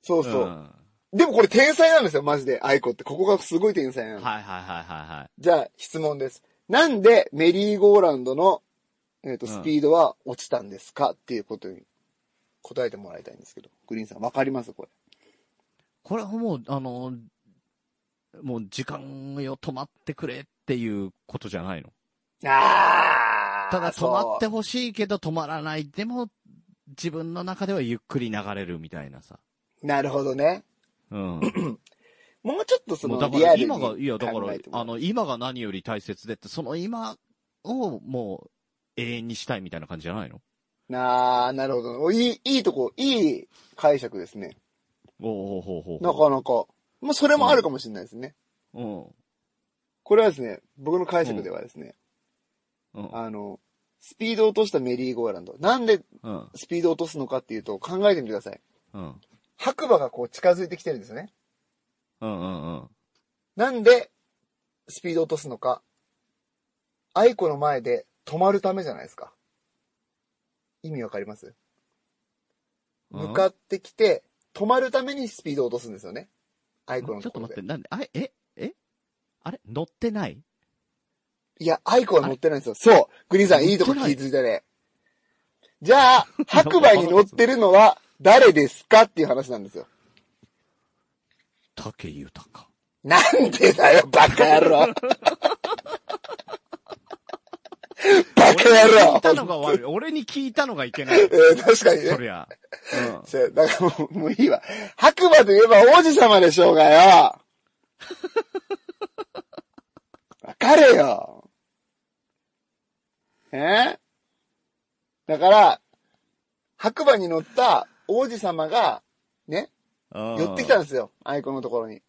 [SPEAKER 4] そうそう。でもこれ天才なんですよ、マジで。アイコって。ここがすごい天才な
[SPEAKER 3] うん
[SPEAKER 4] の。
[SPEAKER 3] はいはいはいはいはい。
[SPEAKER 4] じゃあ、質問です。なんでメリーゴーランドの、えっ、と、
[SPEAKER 3] うん
[SPEAKER 4] スピードは落ちたんですか、っていうことに答えてもらいたいんですけど。グリーンさん、わかりますこれ。
[SPEAKER 3] これはもう、あの、もう時間よ、止まってくれっていうことじゃないの。
[SPEAKER 4] あー
[SPEAKER 3] ただ止まって
[SPEAKER 4] そう
[SPEAKER 3] ほしいけど止まらない。でも、自分の中ではゆっくり流れるみたいなさ。
[SPEAKER 4] なるほどね。
[SPEAKER 3] うん。
[SPEAKER 4] もうちょっとそ
[SPEAKER 3] もう
[SPEAKER 4] の
[SPEAKER 3] だか
[SPEAKER 4] リア
[SPEAKER 3] ら
[SPEAKER 4] ルに
[SPEAKER 3] 今
[SPEAKER 4] 考
[SPEAKER 3] が、
[SPEAKER 4] えてもらう。
[SPEAKER 3] いやだから、あの、今が何より大切でって、その今をもう永遠にしたいみたいな感じじゃないの
[SPEAKER 4] なあ、なるほど。おいい、いいとこ、いい解釈ですね。
[SPEAKER 3] おうほうほう
[SPEAKER 4] な
[SPEAKER 3] ほ
[SPEAKER 4] かなか。まあ、それもあるかもしれないですね。
[SPEAKER 3] う。うん。
[SPEAKER 4] これはですね、僕の解釈ではですね、
[SPEAKER 3] うん。
[SPEAKER 4] あの、スピードを落としたメリーゴーランド。なんで
[SPEAKER 3] うん。
[SPEAKER 4] スピードを落とすのかっていうと、考えてみてください。
[SPEAKER 3] うん。
[SPEAKER 4] 白馬がこう近づいてきてるんですよね。
[SPEAKER 3] うん。うん。
[SPEAKER 4] なんで、スピードを落とすのか。愛子の前で止まるためじゃないですか。意味わかります
[SPEAKER 3] うん
[SPEAKER 4] 向かってきて、止まるためにスピードを落とすんですよね。愛
[SPEAKER 3] ち
[SPEAKER 4] 子
[SPEAKER 3] ょ
[SPEAKER 4] の
[SPEAKER 3] っと
[SPEAKER 4] ところ
[SPEAKER 3] 待っ
[SPEAKER 4] で
[SPEAKER 3] て、。なんで、あれ、え、えあれ乗ってない
[SPEAKER 4] いや、アイコは乗ってないんですよ。そうグリーンさん、いいとこ気づいたね。じゃあ、白馬に乗ってる のは誰ですかっていう話なんですよ。
[SPEAKER 3] 竹豊か。
[SPEAKER 4] なんでだよ、バカ野 郎バカ野
[SPEAKER 3] 俺に聞いたの
[SPEAKER 4] 郎
[SPEAKER 3] が悪い。俺に聞いたのがいけない。
[SPEAKER 4] えー確かに
[SPEAKER 3] そ
[SPEAKER 4] ね。
[SPEAKER 3] りゃ。
[SPEAKER 4] そうだからもうもういいわ。白馬といえば王子様でしょうがよわかれよえーだから、白馬に乗った王子様が、ね、
[SPEAKER 3] うん。
[SPEAKER 4] 寄ってきた
[SPEAKER 3] うん
[SPEAKER 4] んですよ。アイコンのところに。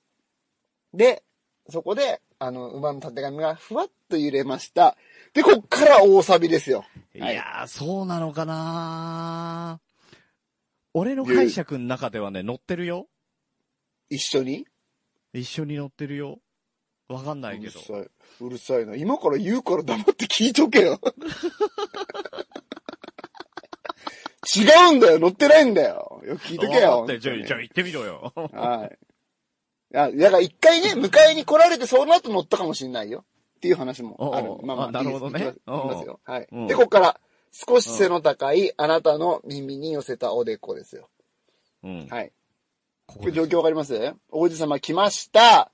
[SPEAKER 4] で、そこで、あの、馬の縦紙がふわっと揺れました。で、こっから大サビですよ。
[SPEAKER 3] いやー、そうなのかな俺の解釈の中ではね、乗ってるよ。
[SPEAKER 4] 一緒に。
[SPEAKER 3] 一緒に乗ってるよ。わかんないうけ
[SPEAKER 4] る
[SPEAKER 3] ど。
[SPEAKER 4] さい。うるさいな。今から言うから黙って聞いとけよ。違うんだよ。乗ってないんだよ。よく聞いと
[SPEAKER 3] わ
[SPEAKER 4] け
[SPEAKER 3] か
[SPEAKER 4] よ
[SPEAKER 3] っ。たじゃあ、じゃあ行ってみろよ。
[SPEAKER 4] はい。あ、だから一回ね、迎えに来られて、その後乗ったかもしれないよ。っていう話もある
[SPEAKER 3] おうお。う
[SPEAKER 4] まあまあ、
[SPEAKER 3] あなるほどね
[SPEAKER 4] いいですいきますいきますよ。はい
[SPEAKER 3] うん。
[SPEAKER 4] で、ここから、少し背の高い、あなたの耳に寄せたおでこですよ。
[SPEAKER 3] うん。
[SPEAKER 4] はい。
[SPEAKER 3] こ
[SPEAKER 4] こ
[SPEAKER 3] こ
[SPEAKER 4] れ
[SPEAKER 3] で
[SPEAKER 4] 状況わかります王子様来ました。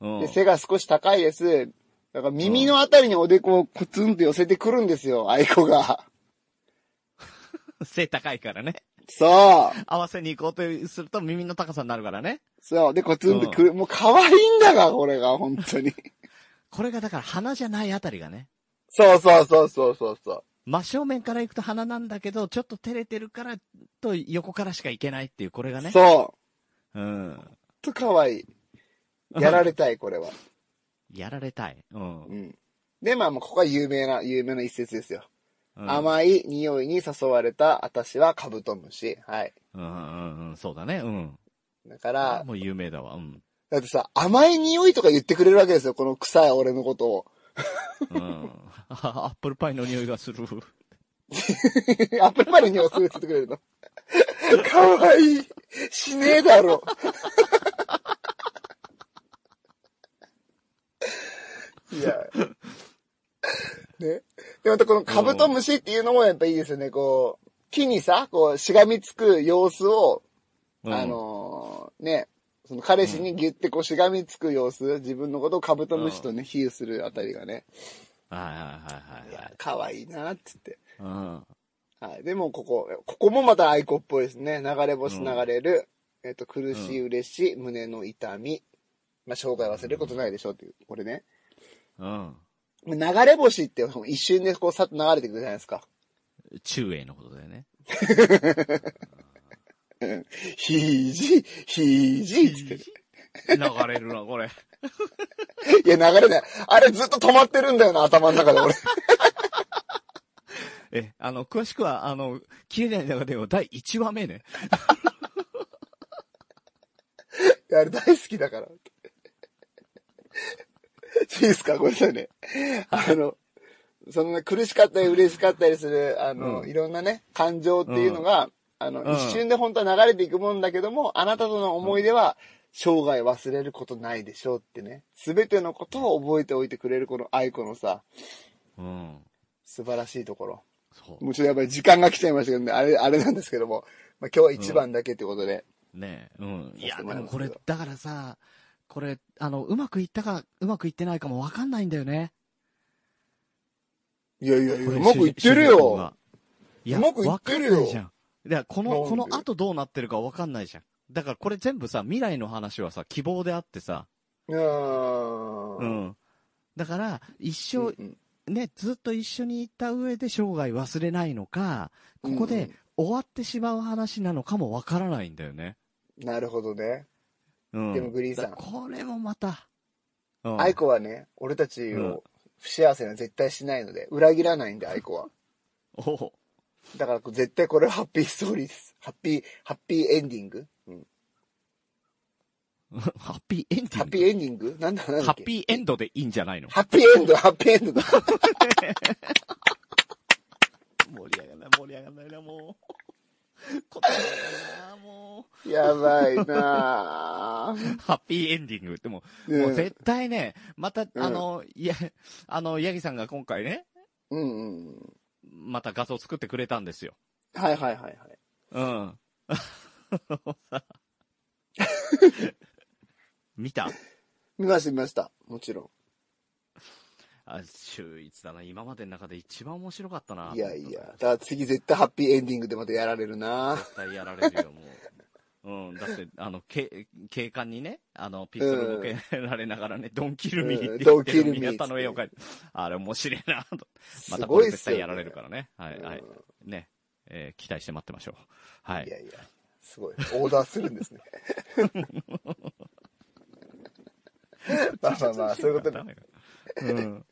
[SPEAKER 3] うん
[SPEAKER 4] で、背が少し高いです。だから耳のあたりにおでこをコツンと寄せてくるんですよ、アイコが。
[SPEAKER 3] 背高いからね。
[SPEAKER 4] そう。
[SPEAKER 3] 合わせに行こうとすると耳の高さになるからね。
[SPEAKER 4] そう。で、コツンってくる。もう可愛いんだが、これが、本当に。
[SPEAKER 3] これがだから鼻じゃないあたりがね。
[SPEAKER 4] そうそうそうそうそうそう。
[SPEAKER 3] 真正面から行くと鼻なんだけど、ちょっと照れてるから、と横からしか行けないっていう、これがね。
[SPEAKER 4] そう。ほん
[SPEAKER 3] うん。
[SPEAKER 4] と可愛い。やられたい、これは。
[SPEAKER 3] やられたい。うん。
[SPEAKER 4] うん。で、まあ、もうここは有名な、有名な一節ですよ。
[SPEAKER 3] うん
[SPEAKER 4] 甘い匂いに誘われた、私はカブトムシ。はい。
[SPEAKER 3] うんうんうん、そうだね。うん。
[SPEAKER 4] だから、
[SPEAKER 3] もう有名だわ。うん。
[SPEAKER 4] だってさ、甘い匂いとか言ってくれるわけですよ、この臭い俺のことを。
[SPEAKER 3] うん。アップルパイの匂いがする。
[SPEAKER 4] アップルパイの匂いをするって言ってくれるの。 可愛いい。しねえだろ。 いや。ね。で、またこのカブトムシっていうのもやっぱいいですよね。こう、木にさ、こう、しがみつく様子を、
[SPEAKER 3] うん
[SPEAKER 4] あ、のーね、その彼氏にギュってこうしがみつく様子、自分のことをカブトムシとね、比喩するあたりがね、
[SPEAKER 3] はいはいいはい
[SPEAKER 4] や、可愛いなってって。
[SPEAKER 3] はい。うん。
[SPEAKER 4] はい。でも、ここ、ここもまた愛子っぽいですね。流れ星流れる、えっと、苦しい、嬉しい、胸の痛み。まあ、生涯忘れることないでしょうっていう、これね。
[SPEAKER 3] うん。
[SPEAKER 4] 流れ星って一瞬でこう、さっと流れてくるじゃないですか。
[SPEAKER 3] 中英のことだよね。
[SPEAKER 4] ひじ、ひじ、つってね。
[SPEAKER 3] 流れるな、これ。
[SPEAKER 4] いや、流れない。あれずっと止まってるんだよな、頭の中で俺。
[SPEAKER 3] え、あの、詳しくは、あの、切れない中では第1話目ね。
[SPEAKER 4] いやあれ大好きだから。いいですかごめんなさいね。あの、そのね、苦しかったり嬉しかったりする、あの、
[SPEAKER 3] うん
[SPEAKER 4] いろんなね、感情っていうのが、あの、
[SPEAKER 3] うん
[SPEAKER 4] 一瞬で本当は流れていくもんだけども、あなたとの思い出は、生涯忘れることないでしょうってね。すべてのことを覚えておいてくれるこの愛子のさ、
[SPEAKER 3] うん。
[SPEAKER 4] 素晴らしいところ。
[SPEAKER 3] そう。
[SPEAKER 4] もうちょっとやっぱり時間が来ちゃいましたけどね、あれ、あれなんですけども、まあ、今日は一番だけってことで。
[SPEAKER 3] ねえ、うん。い
[SPEAKER 4] さ
[SPEAKER 3] や、で
[SPEAKER 4] せてもらい
[SPEAKER 3] も
[SPEAKER 4] ます
[SPEAKER 3] これ、だからさ、これ、あの、うまくいったか、うまくいってないかもわかんないんだよね。
[SPEAKER 4] いやいやいや、
[SPEAKER 3] これ
[SPEAKER 4] うまくいってるよ。。
[SPEAKER 3] いや、
[SPEAKER 4] うまくいってるよ
[SPEAKER 3] わかんないじゃん。だから、この、
[SPEAKER 4] なんで
[SPEAKER 3] この後どうなってるかわかんないじゃん。だからこれ全部さ、未来の話はさ、希望であってさ、
[SPEAKER 4] うーん
[SPEAKER 3] う。ん。だから、一
[SPEAKER 4] うん
[SPEAKER 3] 生、
[SPEAKER 4] うん
[SPEAKER 3] ね、ずっと一緒にいた上で生涯忘れないのか、ここ
[SPEAKER 4] うんう
[SPEAKER 3] で
[SPEAKER 4] ん
[SPEAKER 3] 終わってしまう話なのかもわからないんだよね。
[SPEAKER 4] なるほどね。
[SPEAKER 3] うん。
[SPEAKER 4] でもグリーンさん
[SPEAKER 3] だからこれもまた、うん
[SPEAKER 4] 愛子はね、俺たち
[SPEAKER 3] うん
[SPEAKER 4] を不幸せには絶対しないので、裏切らないんで、愛子は。
[SPEAKER 3] おう
[SPEAKER 4] だからこう絶対これはハッピーストーリーです。ハッピー、ハッピーエンディング、うん、
[SPEAKER 3] ハッピーエンディング。
[SPEAKER 4] ハッピーエンディングなんだなんだ
[SPEAKER 3] ハ
[SPEAKER 4] っ
[SPEAKER 3] ッ
[SPEAKER 4] け
[SPEAKER 3] ピーエンドでいいんじゃないの
[SPEAKER 4] ハッピーエンド、ハッピーエンドだ。
[SPEAKER 3] 盛り上がんない、盛り上がんないな、もう。こなも
[SPEAKER 4] やばい
[SPEAKER 3] う。
[SPEAKER 4] なぁ
[SPEAKER 3] ハッピーエンディングってもう、
[SPEAKER 4] うん
[SPEAKER 3] もう絶対ね、また、
[SPEAKER 4] ん
[SPEAKER 3] あの、いや、 あの、ヤギさんが今回ね、
[SPEAKER 4] うんうん。
[SPEAKER 3] また画像作ってくれたんですよ。
[SPEAKER 4] はいはいはいはい。
[SPEAKER 3] うん。 見た
[SPEAKER 4] 見ました見ました。もちろ
[SPEAKER 3] あ、秀逸だな。今までの中で一番面白かったな。
[SPEAKER 4] ん。いやいや。だから次絶対ハッピーエンディングでまたやられるなぁ。
[SPEAKER 3] 絶対やられるよ、もう。うん、だって、あの、け警官にね、あの、ピストル向けられながらね、ドンキルミーって言って
[SPEAKER 4] うんドンキルミーっ
[SPEAKER 3] 宮
[SPEAKER 4] つって
[SPEAKER 3] 田の絵を描いて、あれ面白いなと。ますたこ
[SPEAKER 4] ごい
[SPEAKER 3] れ
[SPEAKER 4] っ
[SPEAKER 3] 絶
[SPEAKER 4] すよ、
[SPEAKER 3] 対
[SPEAKER 4] ね。
[SPEAKER 3] やられるからね。はい、はい。ね。えー期待して待ってましょう。はいい。
[SPEAKER 4] やいや、すごい。オーダーするんですね。まあまあまあ、そういうことで。
[SPEAKER 3] うん。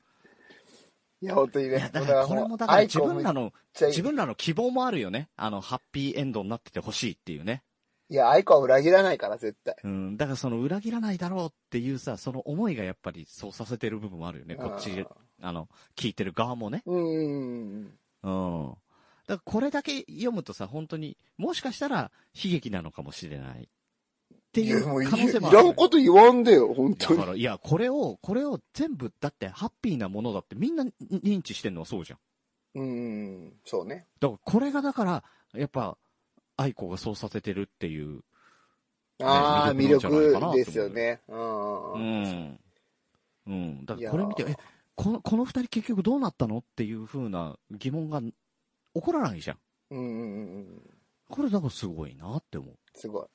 [SPEAKER 4] いや、本当に
[SPEAKER 3] い
[SPEAKER 4] ね。
[SPEAKER 3] や、だからこれもだから
[SPEAKER 4] アイ
[SPEAKER 3] 自
[SPEAKER 4] コン
[SPEAKER 3] 分らの、
[SPEAKER 4] ちゃいい
[SPEAKER 3] 自分らの希望もあるよね。あの、ハッピーエンドになっててほしいっていうね。
[SPEAKER 4] いや、アイコは裏切らないから、絶対。
[SPEAKER 3] うん。だからその裏切らないだろうっていうさ、その思いがやっぱりそうさせてる部分もあるよね。こっち、あの、聞いてる側もね。
[SPEAKER 4] うーん。
[SPEAKER 3] うん。だからこれだけ読むとさ、本当に、もしかしたら悲劇なのかもしれない。って
[SPEAKER 4] い
[SPEAKER 3] い
[SPEAKER 4] や、
[SPEAKER 3] う
[SPEAKER 4] もういい
[SPEAKER 3] 可能性もあ
[SPEAKER 4] い
[SPEAKER 3] る
[SPEAKER 4] ら
[SPEAKER 3] よね、
[SPEAKER 4] んこと言わんでよ、本当
[SPEAKER 3] だ
[SPEAKER 4] に
[SPEAKER 3] か。ら、いや、これを、これを全部、だってハッピーなものだってみんな認知してんのはそうじゃん。
[SPEAKER 4] うーん、そうね。
[SPEAKER 3] だから、これがだから、やっぱ、愛子がそうさせてるっていう。
[SPEAKER 4] ああ、
[SPEAKER 3] 魅力なん
[SPEAKER 4] 魅
[SPEAKER 3] じゃないかな
[SPEAKER 4] 力ですよね。う。
[SPEAKER 3] うんん。うん。だから、これ見て、
[SPEAKER 4] いやー
[SPEAKER 3] え、この、この二人結局どうなったのっていう風な疑問が起こらないじゃん。
[SPEAKER 4] うんうんうんうん。
[SPEAKER 3] これだからすごいなって思
[SPEAKER 4] すごい。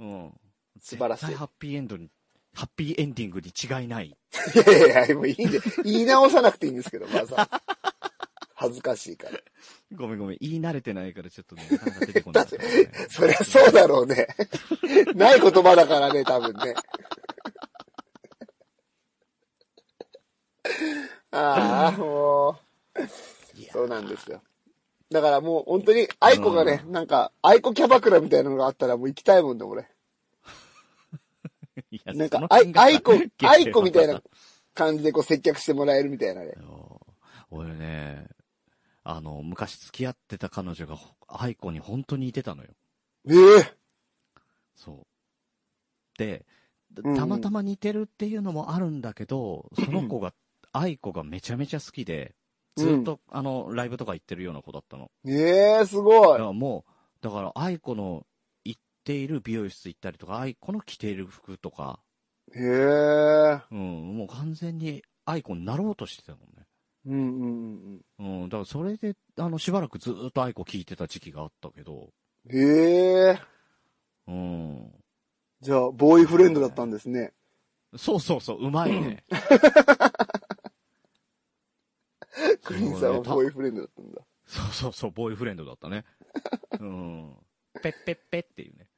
[SPEAKER 3] う。うん。
[SPEAKER 4] 素晴らしい
[SPEAKER 3] 絶対ハッピーエンドに、ハッピーエンディングに違いない。
[SPEAKER 4] いやいやいや、もういいんで、言い直さなくていいんですけど、まずは。恥ずかしいから。
[SPEAKER 3] ごめんごめん。言い慣れてないからちょっとね、なかなか出て こない、
[SPEAKER 4] そりゃそうだろうね。 ない言葉だからね、多分ね。ああ、も、
[SPEAKER 3] いうや
[SPEAKER 4] そうなんですよ。だからもう本当に、アイコがね、なんか、アイコキャバクラみたいなのがあったらもう行きたいもんね、俺。
[SPEAKER 3] いや
[SPEAKER 4] なん
[SPEAKER 3] そ
[SPEAKER 4] か
[SPEAKER 3] の、
[SPEAKER 4] アイ
[SPEAKER 3] 辺が
[SPEAKER 4] アイコ、アイコみたい
[SPEAKER 3] い
[SPEAKER 4] な感じでこう接客してもらえるみたいなね。
[SPEAKER 3] や俺ね、あの、昔付き合ってた彼女が、アイコに本当に似てたのよ。
[SPEAKER 4] ええ
[SPEAKER 3] そう。で、た
[SPEAKER 4] うん
[SPEAKER 3] たまたま似てるっていうのもあるんだけど、その 子が、愛子がめちゃめちゃ好きで、ずっと、あの、ライブとか行ってるような子だったの。
[SPEAKER 4] ええすご
[SPEAKER 3] だ
[SPEAKER 4] い
[SPEAKER 3] か。らもう、だから愛子の行っている美容室行ったりとか、愛子の着ている服とか、
[SPEAKER 4] へえ。
[SPEAKER 3] うん、もう完全に愛子になろうとしてたもんね。
[SPEAKER 4] うんうんうん
[SPEAKER 3] うん、だからそれで、あの、しばらくずっと愛子聞いてた時期があったけど、
[SPEAKER 4] うん。へえ。
[SPEAKER 3] うん。
[SPEAKER 4] じゃあ、ボーイフレンドだったんですね。
[SPEAKER 3] そうそうそう、うまいね。
[SPEAKER 4] クリーンさんは
[SPEAKER 3] そうねた
[SPEAKER 4] ボーイフレンドだったんだ。
[SPEAKER 3] そうそうそう、ボーイフレンドだった ね。うん。ペッペッペッっていうね。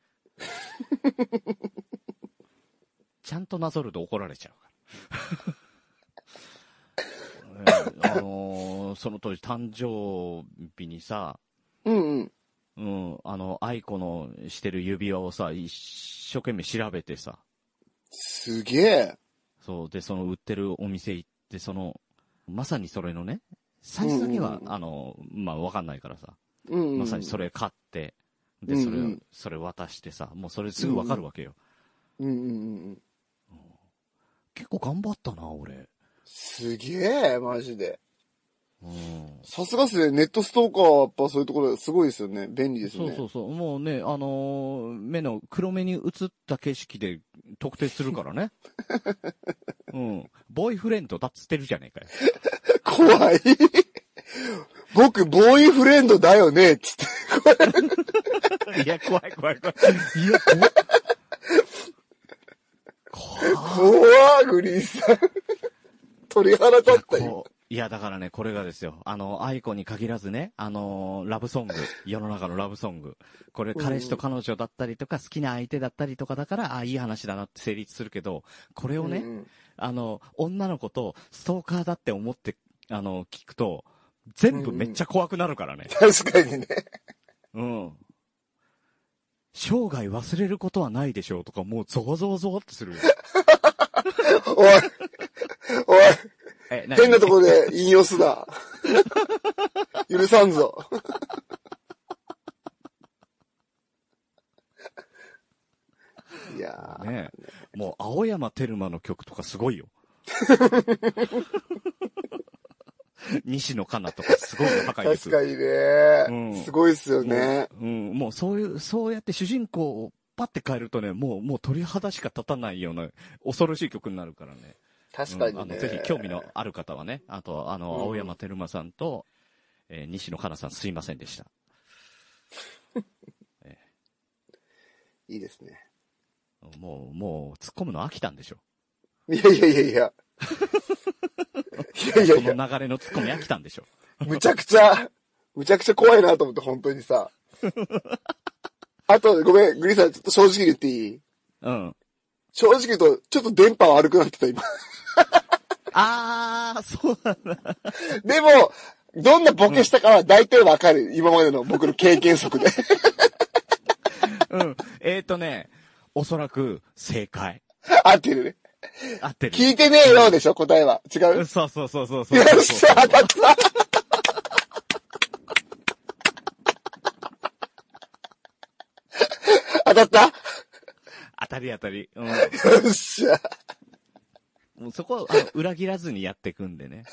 [SPEAKER 3] ちゃんとなぞると怒られちゃ うから。ねあのーその当時誕生日にさ、
[SPEAKER 4] うんうん。
[SPEAKER 3] うん、あの、愛子のしてる指輪をさ、一生懸命調べてさ、
[SPEAKER 4] すげえ。
[SPEAKER 3] そう、で、その売ってるお店行って、その、まさにそれのね、サイズだけ
[SPEAKER 4] うん
[SPEAKER 3] は
[SPEAKER 4] う、んうん
[SPEAKER 3] あの、まあ、わかんないからさ、
[SPEAKER 4] うんうん。
[SPEAKER 3] まさにそ
[SPEAKER 4] れ。
[SPEAKER 3] れ買って、で、
[SPEAKER 4] うんうん
[SPEAKER 3] それ、それ渡してさ、もうそれすぐわかるわけよ。
[SPEAKER 4] うんうんうん。
[SPEAKER 3] 結構頑張ったな、俺。
[SPEAKER 4] すげえ、マジで。
[SPEAKER 3] うん。
[SPEAKER 4] さすがっすね。ネットストーカーはやっぱそういうところすごいですよね。便利ですね。
[SPEAKER 3] そうそうそう。もうね、あのー目の、黒目に映った景色で特定するから ね。うん。ボーイフレンドだっつってるじゃねえかよ。
[SPEAKER 4] 怖い。僕、ボーイフレンドだよね、つって。
[SPEAKER 3] いや、怖い怖い怖い。いや、怖い。怖
[SPEAKER 4] 怖い、グリーンさん。鳥肌立った
[SPEAKER 3] い
[SPEAKER 4] よ。
[SPEAKER 3] こういや、だからね、これがですよ。あの、アイコに限らずね、あのーラブソング。世の中のラブソング。これ、
[SPEAKER 4] うん
[SPEAKER 3] 彼氏と彼女だったりとか、好きな相手だったりとかだから、あいい話だなって成立するけど、これをね、
[SPEAKER 4] うんうん
[SPEAKER 3] あの、女の子とストーカーだって思って、あの、聞くと、全部めっちゃ怖くなるからね。
[SPEAKER 4] 確かにね。
[SPEAKER 3] うん。生涯忘れることはないでしょうとか、もうゾワゾワゾワって するよ。
[SPEAKER 4] おい。おい。
[SPEAKER 3] え、何
[SPEAKER 4] 変なところ で引用すな。 許さんぞ。 いやー、
[SPEAKER 3] ねえもう青山テルマの曲とかす ごいよ。西野カナとかすごいの高いです
[SPEAKER 4] 確かにね、
[SPEAKER 3] うん
[SPEAKER 4] すごいっすよね。
[SPEAKER 3] もううん、もうそういう、そうやって主人公をパッて変えるとね、もう、もう鳥肌しか立たないような恐ろしい曲になるからね。
[SPEAKER 4] 確かに
[SPEAKER 3] うん
[SPEAKER 4] ね。
[SPEAKER 3] あの、ぜひ興味のある方はね、あと、あの、
[SPEAKER 4] うん
[SPEAKER 3] 青山テルマさんと、えー西野カナさんすいませんでした。
[SPEAKER 4] いいですね。
[SPEAKER 3] もう、もう、突っ込むの飽きたんでしょ。
[SPEAKER 4] いやいやいや いや。いやいや
[SPEAKER 3] こ
[SPEAKER 4] いや、
[SPEAKER 3] の流れの突っ込み飽きたんでしょ。
[SPEAKER 4] むちゃくちゃ、むちゃくちゃ怖いなと思って、本当 にさ。あと、ごめん、グリーンさん、ちょっと正直に言っていい
[SPEAKER 3] うん。
[SPEAKER 4] 正直言うと、ちょっと電波悪くなってた、今。
[SPEAKER 3] あー、そうなんだ。
[SPEAKER 4] でも、どんなボケしたかは大体わかる。今までの僕の経験則で。
[SPEAKER 3] うん。えっ、ー、とね、おそらく正解。
[SPEAKER 4] 合ってるね。
[SPEAKER 3] 合ってる。
[SPEAKER 4] 聞いてねえよでしょ、答えは。違う。
[SPEAKER 3] そうそうそうそうそう。
[SPEAKER 4] よっしゃ、当たった 当た っ
[SPEAKER 3] 当たり当たり。うん。
[SPEAKER 4] たよっしゃ。
[SPEAKER 3] もうそこはあの裏切らずにやっていくんでね。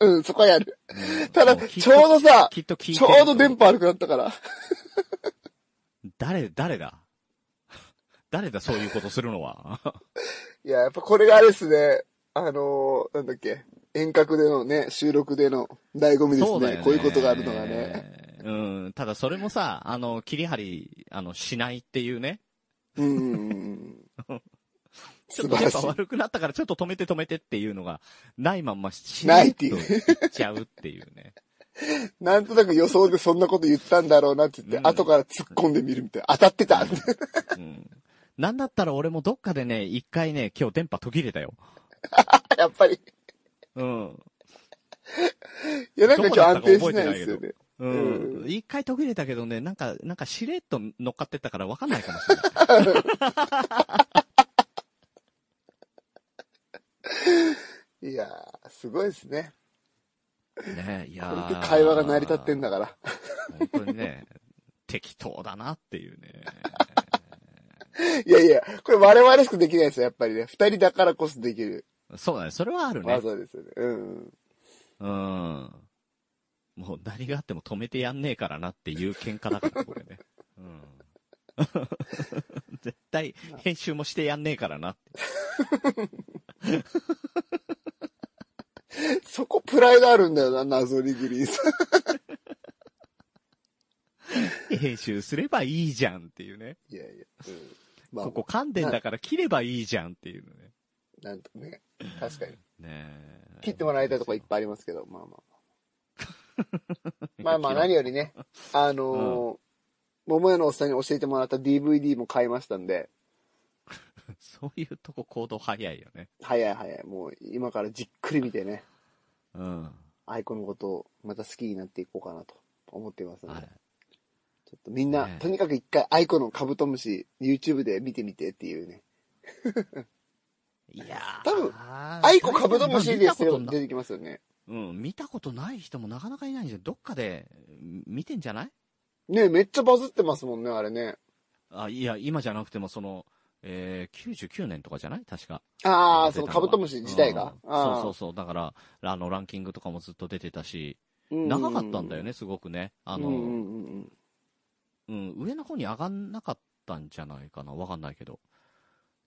[SPEAKER 3] う
[SPEAKER 4] うん、そこはやる。
[SPEAKER 3] んうん
[SPEAKER 4] ただ
[SPEAKER 3] もきっと
[SPEAKER 4] ちょうどさ
[SPEAKER 3] きっと聞いて
[SPEAKER 4] ち
[SPEAKER 3] る
[SPEAKER 4] ょうど電波悪くなったから。
[SPEAKER 3] 誰、誰だ誰だそういうことするのは。
[SPEAKER 4] いや、やっぱこれがあれですね。あのー、なんだっけ。遠隔でのね、収録での醍醐味です
[SPEAKER 3] そうだよ
[SPEAKER 4] ね。こういうことがあるのがね。。
[SPEAKER 3] うん、ただそれもさ、あの、切り張り、あの、しないっていうね。
[SPEAKER 4] うんうんうんうん。
[SPEAKER 3] ちょっと
[SPEAKER 4] 素晴
[SPEAKER 3] や
[SPEAKER 4] ら
[SPEAKER 3] っ
[SPEAKER 4] しい
[SPEAKER 3] ぱ悪くなったからちょっと止めて止めてっていうのが、ないまんまし、
[SPEAKER 4] ないっていう
[SPEAKER 3] しれっといっちゃうっていうね。
[SPEAKER 4] なんとなく予想でそんなこと言ったんだろうなって言って、
[SPEAKER 3] うん
[SPEAKER 4] 後から突っ込んでみるみたいな。当たってたって。
[SPEAKER 3] うん。なんだったら俺もどっかでね、一回ね、今日電波途切れたよ。
[SPEAKER 4] やっぱり。
[SPEAKER 3] うん。
[SPEAKER 4] いや、なんか今日安定しないですよね。
[SPEAKER 3] うん
[SPEAKER 4] う。
[SPEAKER 3] 一回途切れたけどね、なんか、なんかしれっと乗っかってったから分かんないかもしれない。
[SPEAKER 4] いやー、すごいですね。
[SPEAKER 3] ねいや
[SPEAKER 4] これ
[SPEAKER 3] ー
[SPEAKER 4] で会話が成り立ってんだから。
[SPEAKER 3] 本当にね、適当だなっていうね。
[SPEAKER 4] いやいや、これ我々しかできないですよ、やっぱりね。二人だからこそできる
[SPEAKER 3] そうだね、それはあるね。
[SPEAKER 4] 技ですよね。うん。
[SPEAKER 3] うん。もう何があっても止めてやんねえからなっていう喧嘩だから、これね。うん。 絶対、編集もしてやんねえからなって。
[SPEAKER 4] そこプライドあるんだよな、謎にグリーンさん。
[SPEAKER 3] 編集すればいいじゃんっていうね。
[SPEAKER 4] いやいや。うん、まあ、
[SPEAKER 3] ここ噛んでんだから切ればいいじゃんっていうのね。
[SPEAKER 4] なんとね。確かに。
[SPEAKER 3] ねえ
[SPEAKER 4] 切ってもらいたいとこいっぱいありますけど、ま あまあ。まあまあ、何よりね、あのー桃屋のおっさんに教えてもらった DVD も買いましたんで、
[SPEAKER 3] そういうとこ行動早いよね。
[SPEAKER 4] 早い早い、もう今からじっくり見てね、
[SPEAKER 3] うん。
[SPEAKER 4] アイコのことをまた好きになっていこうかなと思っていますの
[SPEAKER 3] は
[SPEAKER 4] で、
[SPEAKER 3] い。
[SPEAKER 4] ちょっとみんな、
[SPEAKER 3] ね
[SPEAKER 4] とにかく一回アイコのカブトムシ、YouTube で見てみてっていうね。
[SPEAKER 3] いやー
[SPEAKER 4] 多分ア
[SPEAKER 3] ア
[SPEAKER 4] イコカブトムシです
[SPEAKER 3] 見たこと
[SPEAKER 4] よ、
[SPEAKER 3] な
[SPEAKER 4] 出てきますよね。
[SPEAKER 3] うん、見たことない人もなかなかいないんじゃん。どっかでうん見てんじゃない
[SPEAKER 4] ねめっちゃバズってますもんね、あれね。
[SPEAKER 3] あ、いや、今じゃなくてもその、えー、99年とかじゃない確か。
[SPEAKER 4] ああ、
[SPEAKER 3] 出た
[SPEAKER 4] その
[SPEAKER 3] は
[SPEAKER 4] カブトムシ自体が。
[SPEAKER 3] うんそうそう
[SPEAKER 4] う
[SPEAKER 3] そう。だから、あの、ランキングとかもずっと出てたし、
[SPEAKER 4] そう
[SPEAKER 3] 長かったんだよ。ね、すごくね。
[SPEAKER 4] あ
[SPEAKER 3] あの、
[SPEAKER 4] う
[SPEAKER 3] うん、
[SPEAKER 4] うんんうん
[SPEAKER 3] 上の方に上がんなかったんじゃないかな。わかんないけど。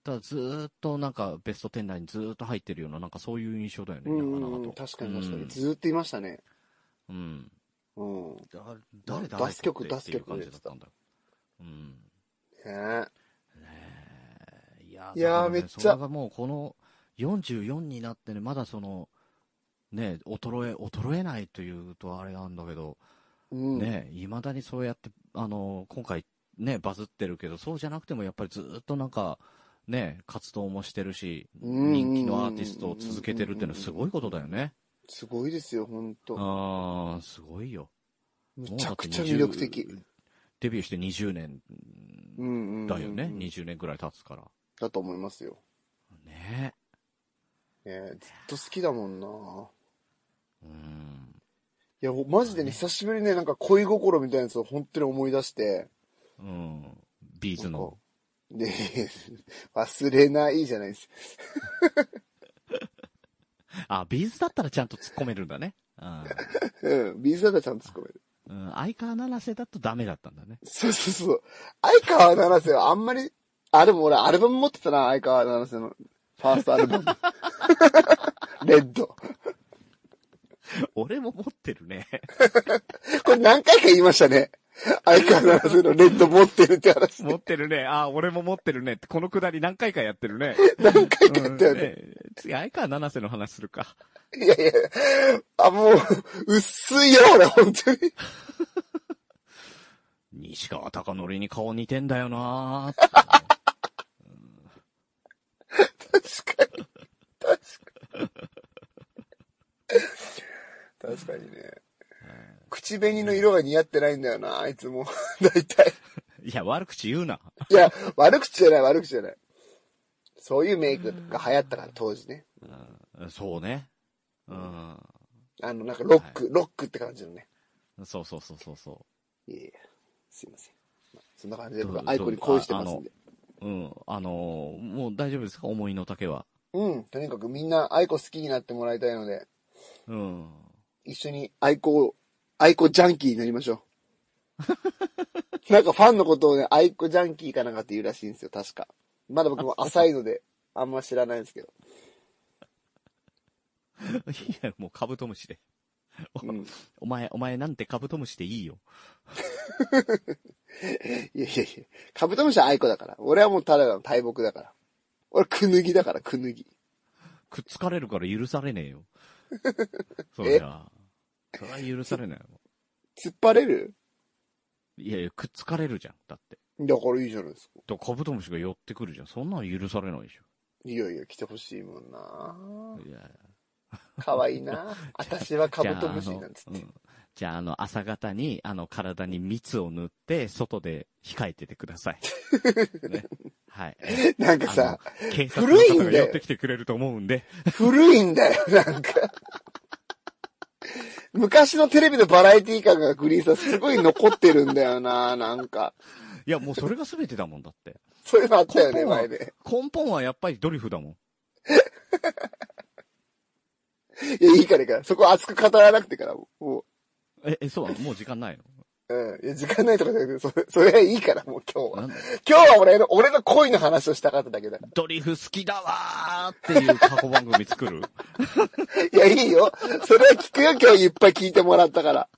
[SPEAKER 3] ただ、ずーっとなんか、ベスト10内にずーっと入ってるような、なんかそういう印象だよね、
[SPEAKER 4] うん
[SPEAKER 3] なか
[SPEAKER 4] う
[SPEAKER 3] なんか
[SPEAKER 4] う
[SPEAKER 3] と。
[SPEAKER 4] ん、確かに確か
[SPEAKER 3] う
[SPEAKER 4] に。
[SPEAKER 3] ん
[SPEAKER 4] ずーっといましたね。
[SPEAKER 3] うん。
[SPEAKER 4] うん。
[SPEAKER 3] だ誰だ
[SPEAKER 4] 出す曲
[SPEAKER 3] あれってっていう
[SPEAKER 4] 出す曲
[SPEAKER 3] 感
[SPEAKER 4] で
[SPEAKER 3] じ
[SPEAKER 4] し
[SPEAKER 3] だ
[SPEAKER 4] た
[SPEAKER 3] ったんだよ。うん。
[SPEAKER 4] ね
[SPEAKER 3] ねえいや
[SPEAKER 4] い
[SPEAKER 3] だか
[SPEAKER 4] やー
[SPEAKER 3] らね
[SPEAKER 4] めっちゃ
[SPEAKER 3] それがもうこの44になってね、まだその、ねえ、衰え、衰えないというとあれなんだけど、
[SPEAKER 4] うん。
[SPEAKER 3] ねえ、未だにそうやって、あの、今回ね、バズってるけど、そうじゃなくてもやっぱりずーっとなんか、ねえ、活動もしてるし、
[SPEAKER 4] うん
[SPEAKER 3] 人気のアーティストを続けてるっていうのはすごいことだよね。
[SPEAKER 4] すごいですよ、ほんと。
[SPEAKER 3] あー、すごいよ。
[SPEAKER 4] む
[SPEAKER 3] もう
[SPEAKER 4] ち
[SPEAKER 3] だ
[SPEAKER 4] ゃ
[SPEAKER 3] って
[SPEAKER 4] くちゃ
[SPEAKER 3] 20
[SPEAKER 4] 魅力的。。
[SPEAKER 3] デビューして20年
[SPEAKER 4] うんうんうん。
[SPEAKER 3] だよね。
[SPEAKER 4] うん
[SPEAKER 3] 20年ぐらい経つから。
[SPEAKER 4] だと思いますよ。
[SPEAKER 3] ね
[SPEAKER 4] ねずっと好きだもんな。
[SPEAKER 3] え。うん。
[SPEAKER 4] いや、ほマジでね、久しぶりにね、なんか恋心みたいなやつを本当に思い出して。
[SPEAKER 3] うん。ビーズの。
[SPEAKER 4] で、 忘れないじゃないです。
[SPEAKER 3] あ、ビーズだったらちゃんと突っ込めるんだね。うん
[SPEAKER 4] うん。ビーズだったらちゃんと突っ込める。
[SPEAKER 3] うん。相川七瀬だとダメだったんだね。
[SPEAKER 4] そうそうそう。相川七瀬はあんまり、あ、でも俺アルバム持ってたな、相川七瀬の。ファーストア ルバム。レッド。
[SPEAKER 3] 俺も持ってるね。
[SPEAKER 4] これ何回か言いましたね。相川七瀬のレッド持ってるって話。
[SPEAKER 3] 持ってるね。あ、俺も持ってるね。ってこのくだり何回かやってる ね。
[SPEAKER 4] 何回か言ったよね。
[SPEAKER 3] うん次、相川七瀬の話するか。
[SPEAKER 4] いやいや。あ、もう、薄いよ、俺、本当に。
[SPEAKER 3] 西川貴則に顔似てんだよなー
[SPEAKER 4] 確かに。確かに。確かにね。口紅の色が似合ってないんだよな、あいつも。大体。
[SPEAKER 3] いや、悪口言うな。
[SPEAKER 4] いや、悪口じゃない、悪口じゃない。そういうメイクが流行ったから、当時ね。
[SPEAKER 3] うんそうね。うん。
[SPEAKER 4] あの、なんかロック、ロックって感じのね。
[SPEAKER 3] そうそうそうそうそう。
[SPEAKER 4] いえいえ、すいません。まあそんな感じで
[SPEAKER 3] ど
[SPEAKER 4] 僕
[SPEAKER 3] う、
[SPEAKER 4] アイコに恋してますんで。
[SPEAKER 3] うん。あのーもう大丈夫ですか思いの丈は。
[SPEAKER 4] うん、とにかくみんなアイコ好きになってもらいたいので、
[SPEAKER 3] うん。
[SPEAKER 4] 一緒にアイコを、アイコジャンキーになりましょう。 なんかファンのことをね、アイコジャンキーかなんかって言うらしいんですよ、確か。まだ僕も浅いので、あんま知らないんですけど。
[SPEAKER 3] いや、もうカブトムシで。
[SPEAKER 4] うん。
[SPEAKER 3] お前、お前なんてカブトムシでいいよ。
[SPEAKER 4] いやいやいや。カブトムシはアイコだから。俺はもうただの大木だから。俺、くぬぎだから、くぬぎ。
[SPEAKER 3] くっつかれるから許されねえ よ。そりゃ。そりゃ許されないよ。
[SPEAKER 4] 突っ張れる
[SPEAKER 3] いやいや、くっつかれるじゃん。だって。
[SPEAKER 4] だからいいじゃないですか。
[SPEAKER 3] だからカブトムシが寄ってくるじゃん。そんなの許されないでし
[SPEAKER 4] いやいや、来てほしいもんな
[SPEAKER 3] ょ。いやいや
[SPEAKER 4] 可愛 いな私はカブトムシなんつっ
[SPEAKER 3] じゃああのう
[SPEAKER 4] て。
[SPEAKER 3] んじゃあ、あの、朝方に、あの、体に蜜を塗って、外で控えててくださ い。ね、はい。え
[SPEAKER 4] なんかさ、
[SPEAKER 3] ー警察の方
[SPEAKER 4] 古いん
[SPEAKER 3] が
[SPEAKER 4] だよ
[SPEAKER 3] 寄ってきてくれると思うんで、
[SPEAKER 4] 古いんだよ、なんか。昔のテレビのバラエティ感がグリーンさんすごい残ってるんだよななんか。
[SPEAKER 3] いや、もうそれが全てだもんだって。
[SPEAKER 4] そういうのあったよね、
[SPEAKER 3] 根本は
[SPEAKER 4] 前で。
[SPEAKER 3] 根本はやっぱりドリフだもん。
[SPEAKER 4] いや、いいからいいから。そこ熱く語らなくてから、もう。
[SPEAKER 3] え、え、そうなのもう時間ない
[SPEAKER 4] うん。いや、時間ないとかじゃなくて、それ、それはいいから、もう今日
[SPEAKER 3] の
[SPEAKER 4] は。
[SPEAKER 3] なんだ
[SPEAKER 4] 今日は俺の、俺の恋の話をしたかっただけだか
[SPEAKER 3] ドリフ好きだわーっていう過去番組作る
[SPEAKER 4] ら。いや、いいよ。それは聞くよ、今日いっぱい聞いてもらったから。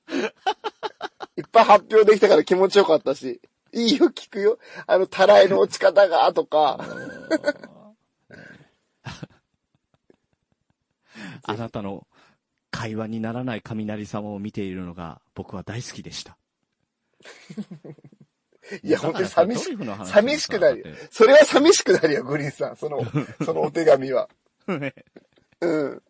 [SPEAKER 4] いっぱい発表できたから気持ちよかったし。いいよ、聞くよ。あの、たらいの落ち方が、とか。
[SPEAKER 3] あなたの会話にならない雷様を見ているのが僕は大好きでした。
[SPEAKER 4] いや、本当に寂しく、
[SPEAKER 3] く
[SPEAKER 4] 寂しくなるよ。それは寂しくなるよ、グリーンさん。その、そのお手紙は。
[SPEAKER 3] よ。
[SPEAKER 4] うん。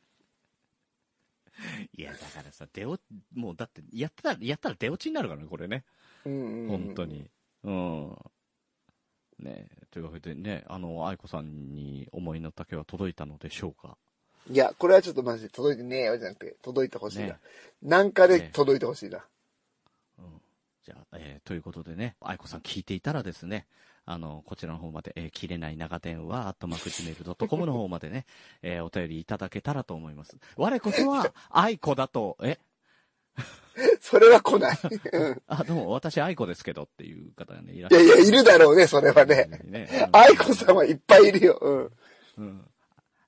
[SPEAKER 3] いや、だからさ、出落、もうだって、やったら、やったら出落ちになるからね、これね。
[SPEAKER 4] うん、うん。
[SPEAKER 3] 本当。に。うん。ねえというわけでね、あの、愛子さんに思いの丈は届いたのでしょうか。
[SPEAKER 4] いや、これはちょっとマジで届いてねえよ、じゃなくて、届いてほしいな。
[SPEAKER 3] ね
[SPEAKER 4] なんかで届いてほしいな。
[SPEAKER 3] うん。じゃあ、えーということでね、愛子さん聞いていたらですね、あの、こちらの方まで、えー切れない長電話、アットマークジメールドットコムの方までね、えーお便りいただけたらと思います。我こそは、愛子だと、え
[SPEAKER 4] それは 来ない。うん
[SPEAKER 3] あ、どうも、私愛子ですけどっていう方がね、いらっ
[SPEAKER 4] い
[SPEAKER 3] しゃ
[SPEAKER 4] や
[SPEAKER 3] る。
[SPEAKER 4] いや、いるだろうね、それはね。
[SPEAKER 3] ね
[SPEAKER 4] 愛子さんはいっぱいいるよ。うん。
[SPEAKER 3] うん。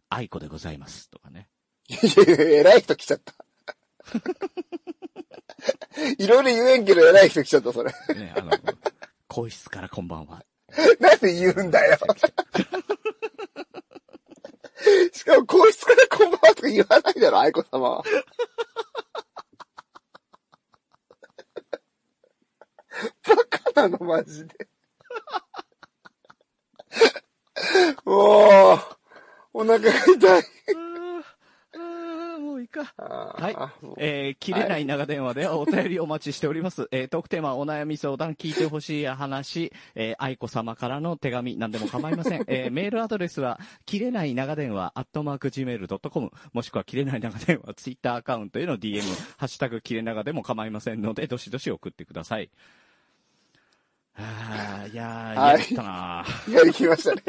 [SPEAKER 3] 愛子でございます。とかね。
[SPEAKER 4] いやいや、偉い人来ちゃった。 いろいろ言えんけど偉い人来ちゃった、それ。
[SPEAKER 3] ね、 あの、皇室からこんばんは。
[SPEAKER 4] なんで言うんだよ。しかも、皇室からこんばんはとか言わないだろ、愛子様は。バカなの、マジで。もう、お腹が痛い。
[SPEAKER 3] もういいか。は。
[SPEAKER 4] はい
[SPEAKER 3] えー、切れない長電話ではお便りお待ちしております。えー、トークテーマ、お悩み相談、聞いてほしい話、えー、愛子様からの手紙、何でも構いません。えー、メールアドレスは、切れない長電話、アットマーク Gmail.com、もしくは切れない長電話、ツイッターアカウントへの DM、ハッシュタグ切れ長でも構いませんので、どしどし送ってください。あー、いやー、
[SPEAKER 4] はい
[SPEAKER 3] やったなー。
[SPEAKER 4] やりきりましたね。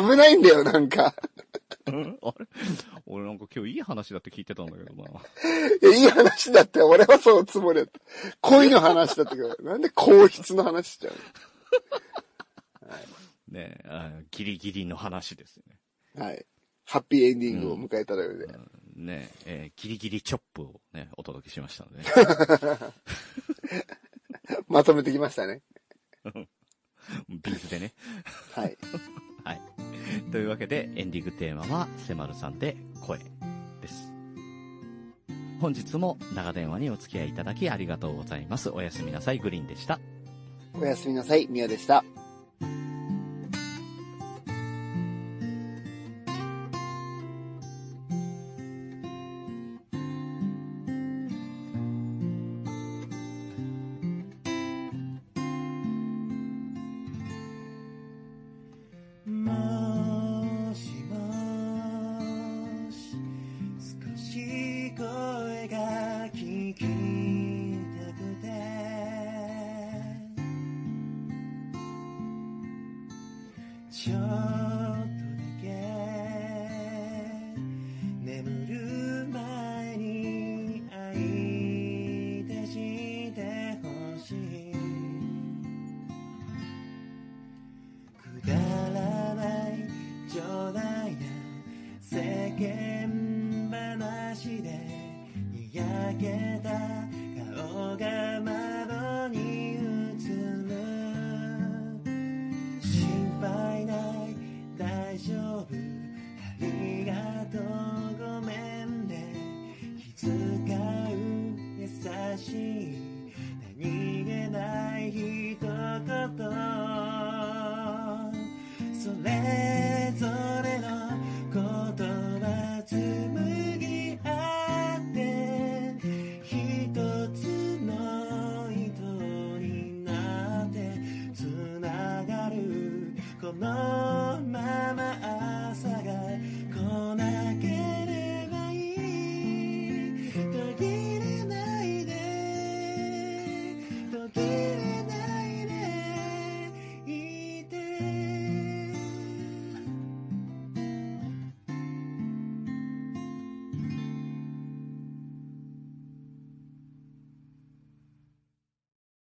[SPEAKER 4] 危ないんだよ、なんか。
[SPEAKER 3] うんあれ 俺なんか今日いい話だって聞いてたんだけどな。
[SPEAKER 4] いや、いい話だって、俺はそのつもりだった。恋の話だったけど、なんで皇室の話しちゃう
[SPEAKER 3] ねえあのギリギリの話ですよね。
[SPEAKER 4] のはい。ハッピーエンディングを迎えたようで。
[SPEAKER 3] ねえ、えーギリギリチョップをね、お届けしましたので、ね。
[SPEAKER 4] まとめてきましたね。
[SPEAKER 3] ビーズでね。
[SPEAKER 4] はい。
[SPEAKER 3] はい。というわけで、エンディングテーマは、せまるさんで声です。本日も長電話にお付き合いいただきありがとうございます。おやすみなさい、グリーンでした。
[SPEAKER 4] おやすみなさい、ミヤでした。
[SPEAKER 7] もしもし少し声が聞きたくてちょっとだけ眠る前に会い出してほしいくだらない冗談や世間話でこのまま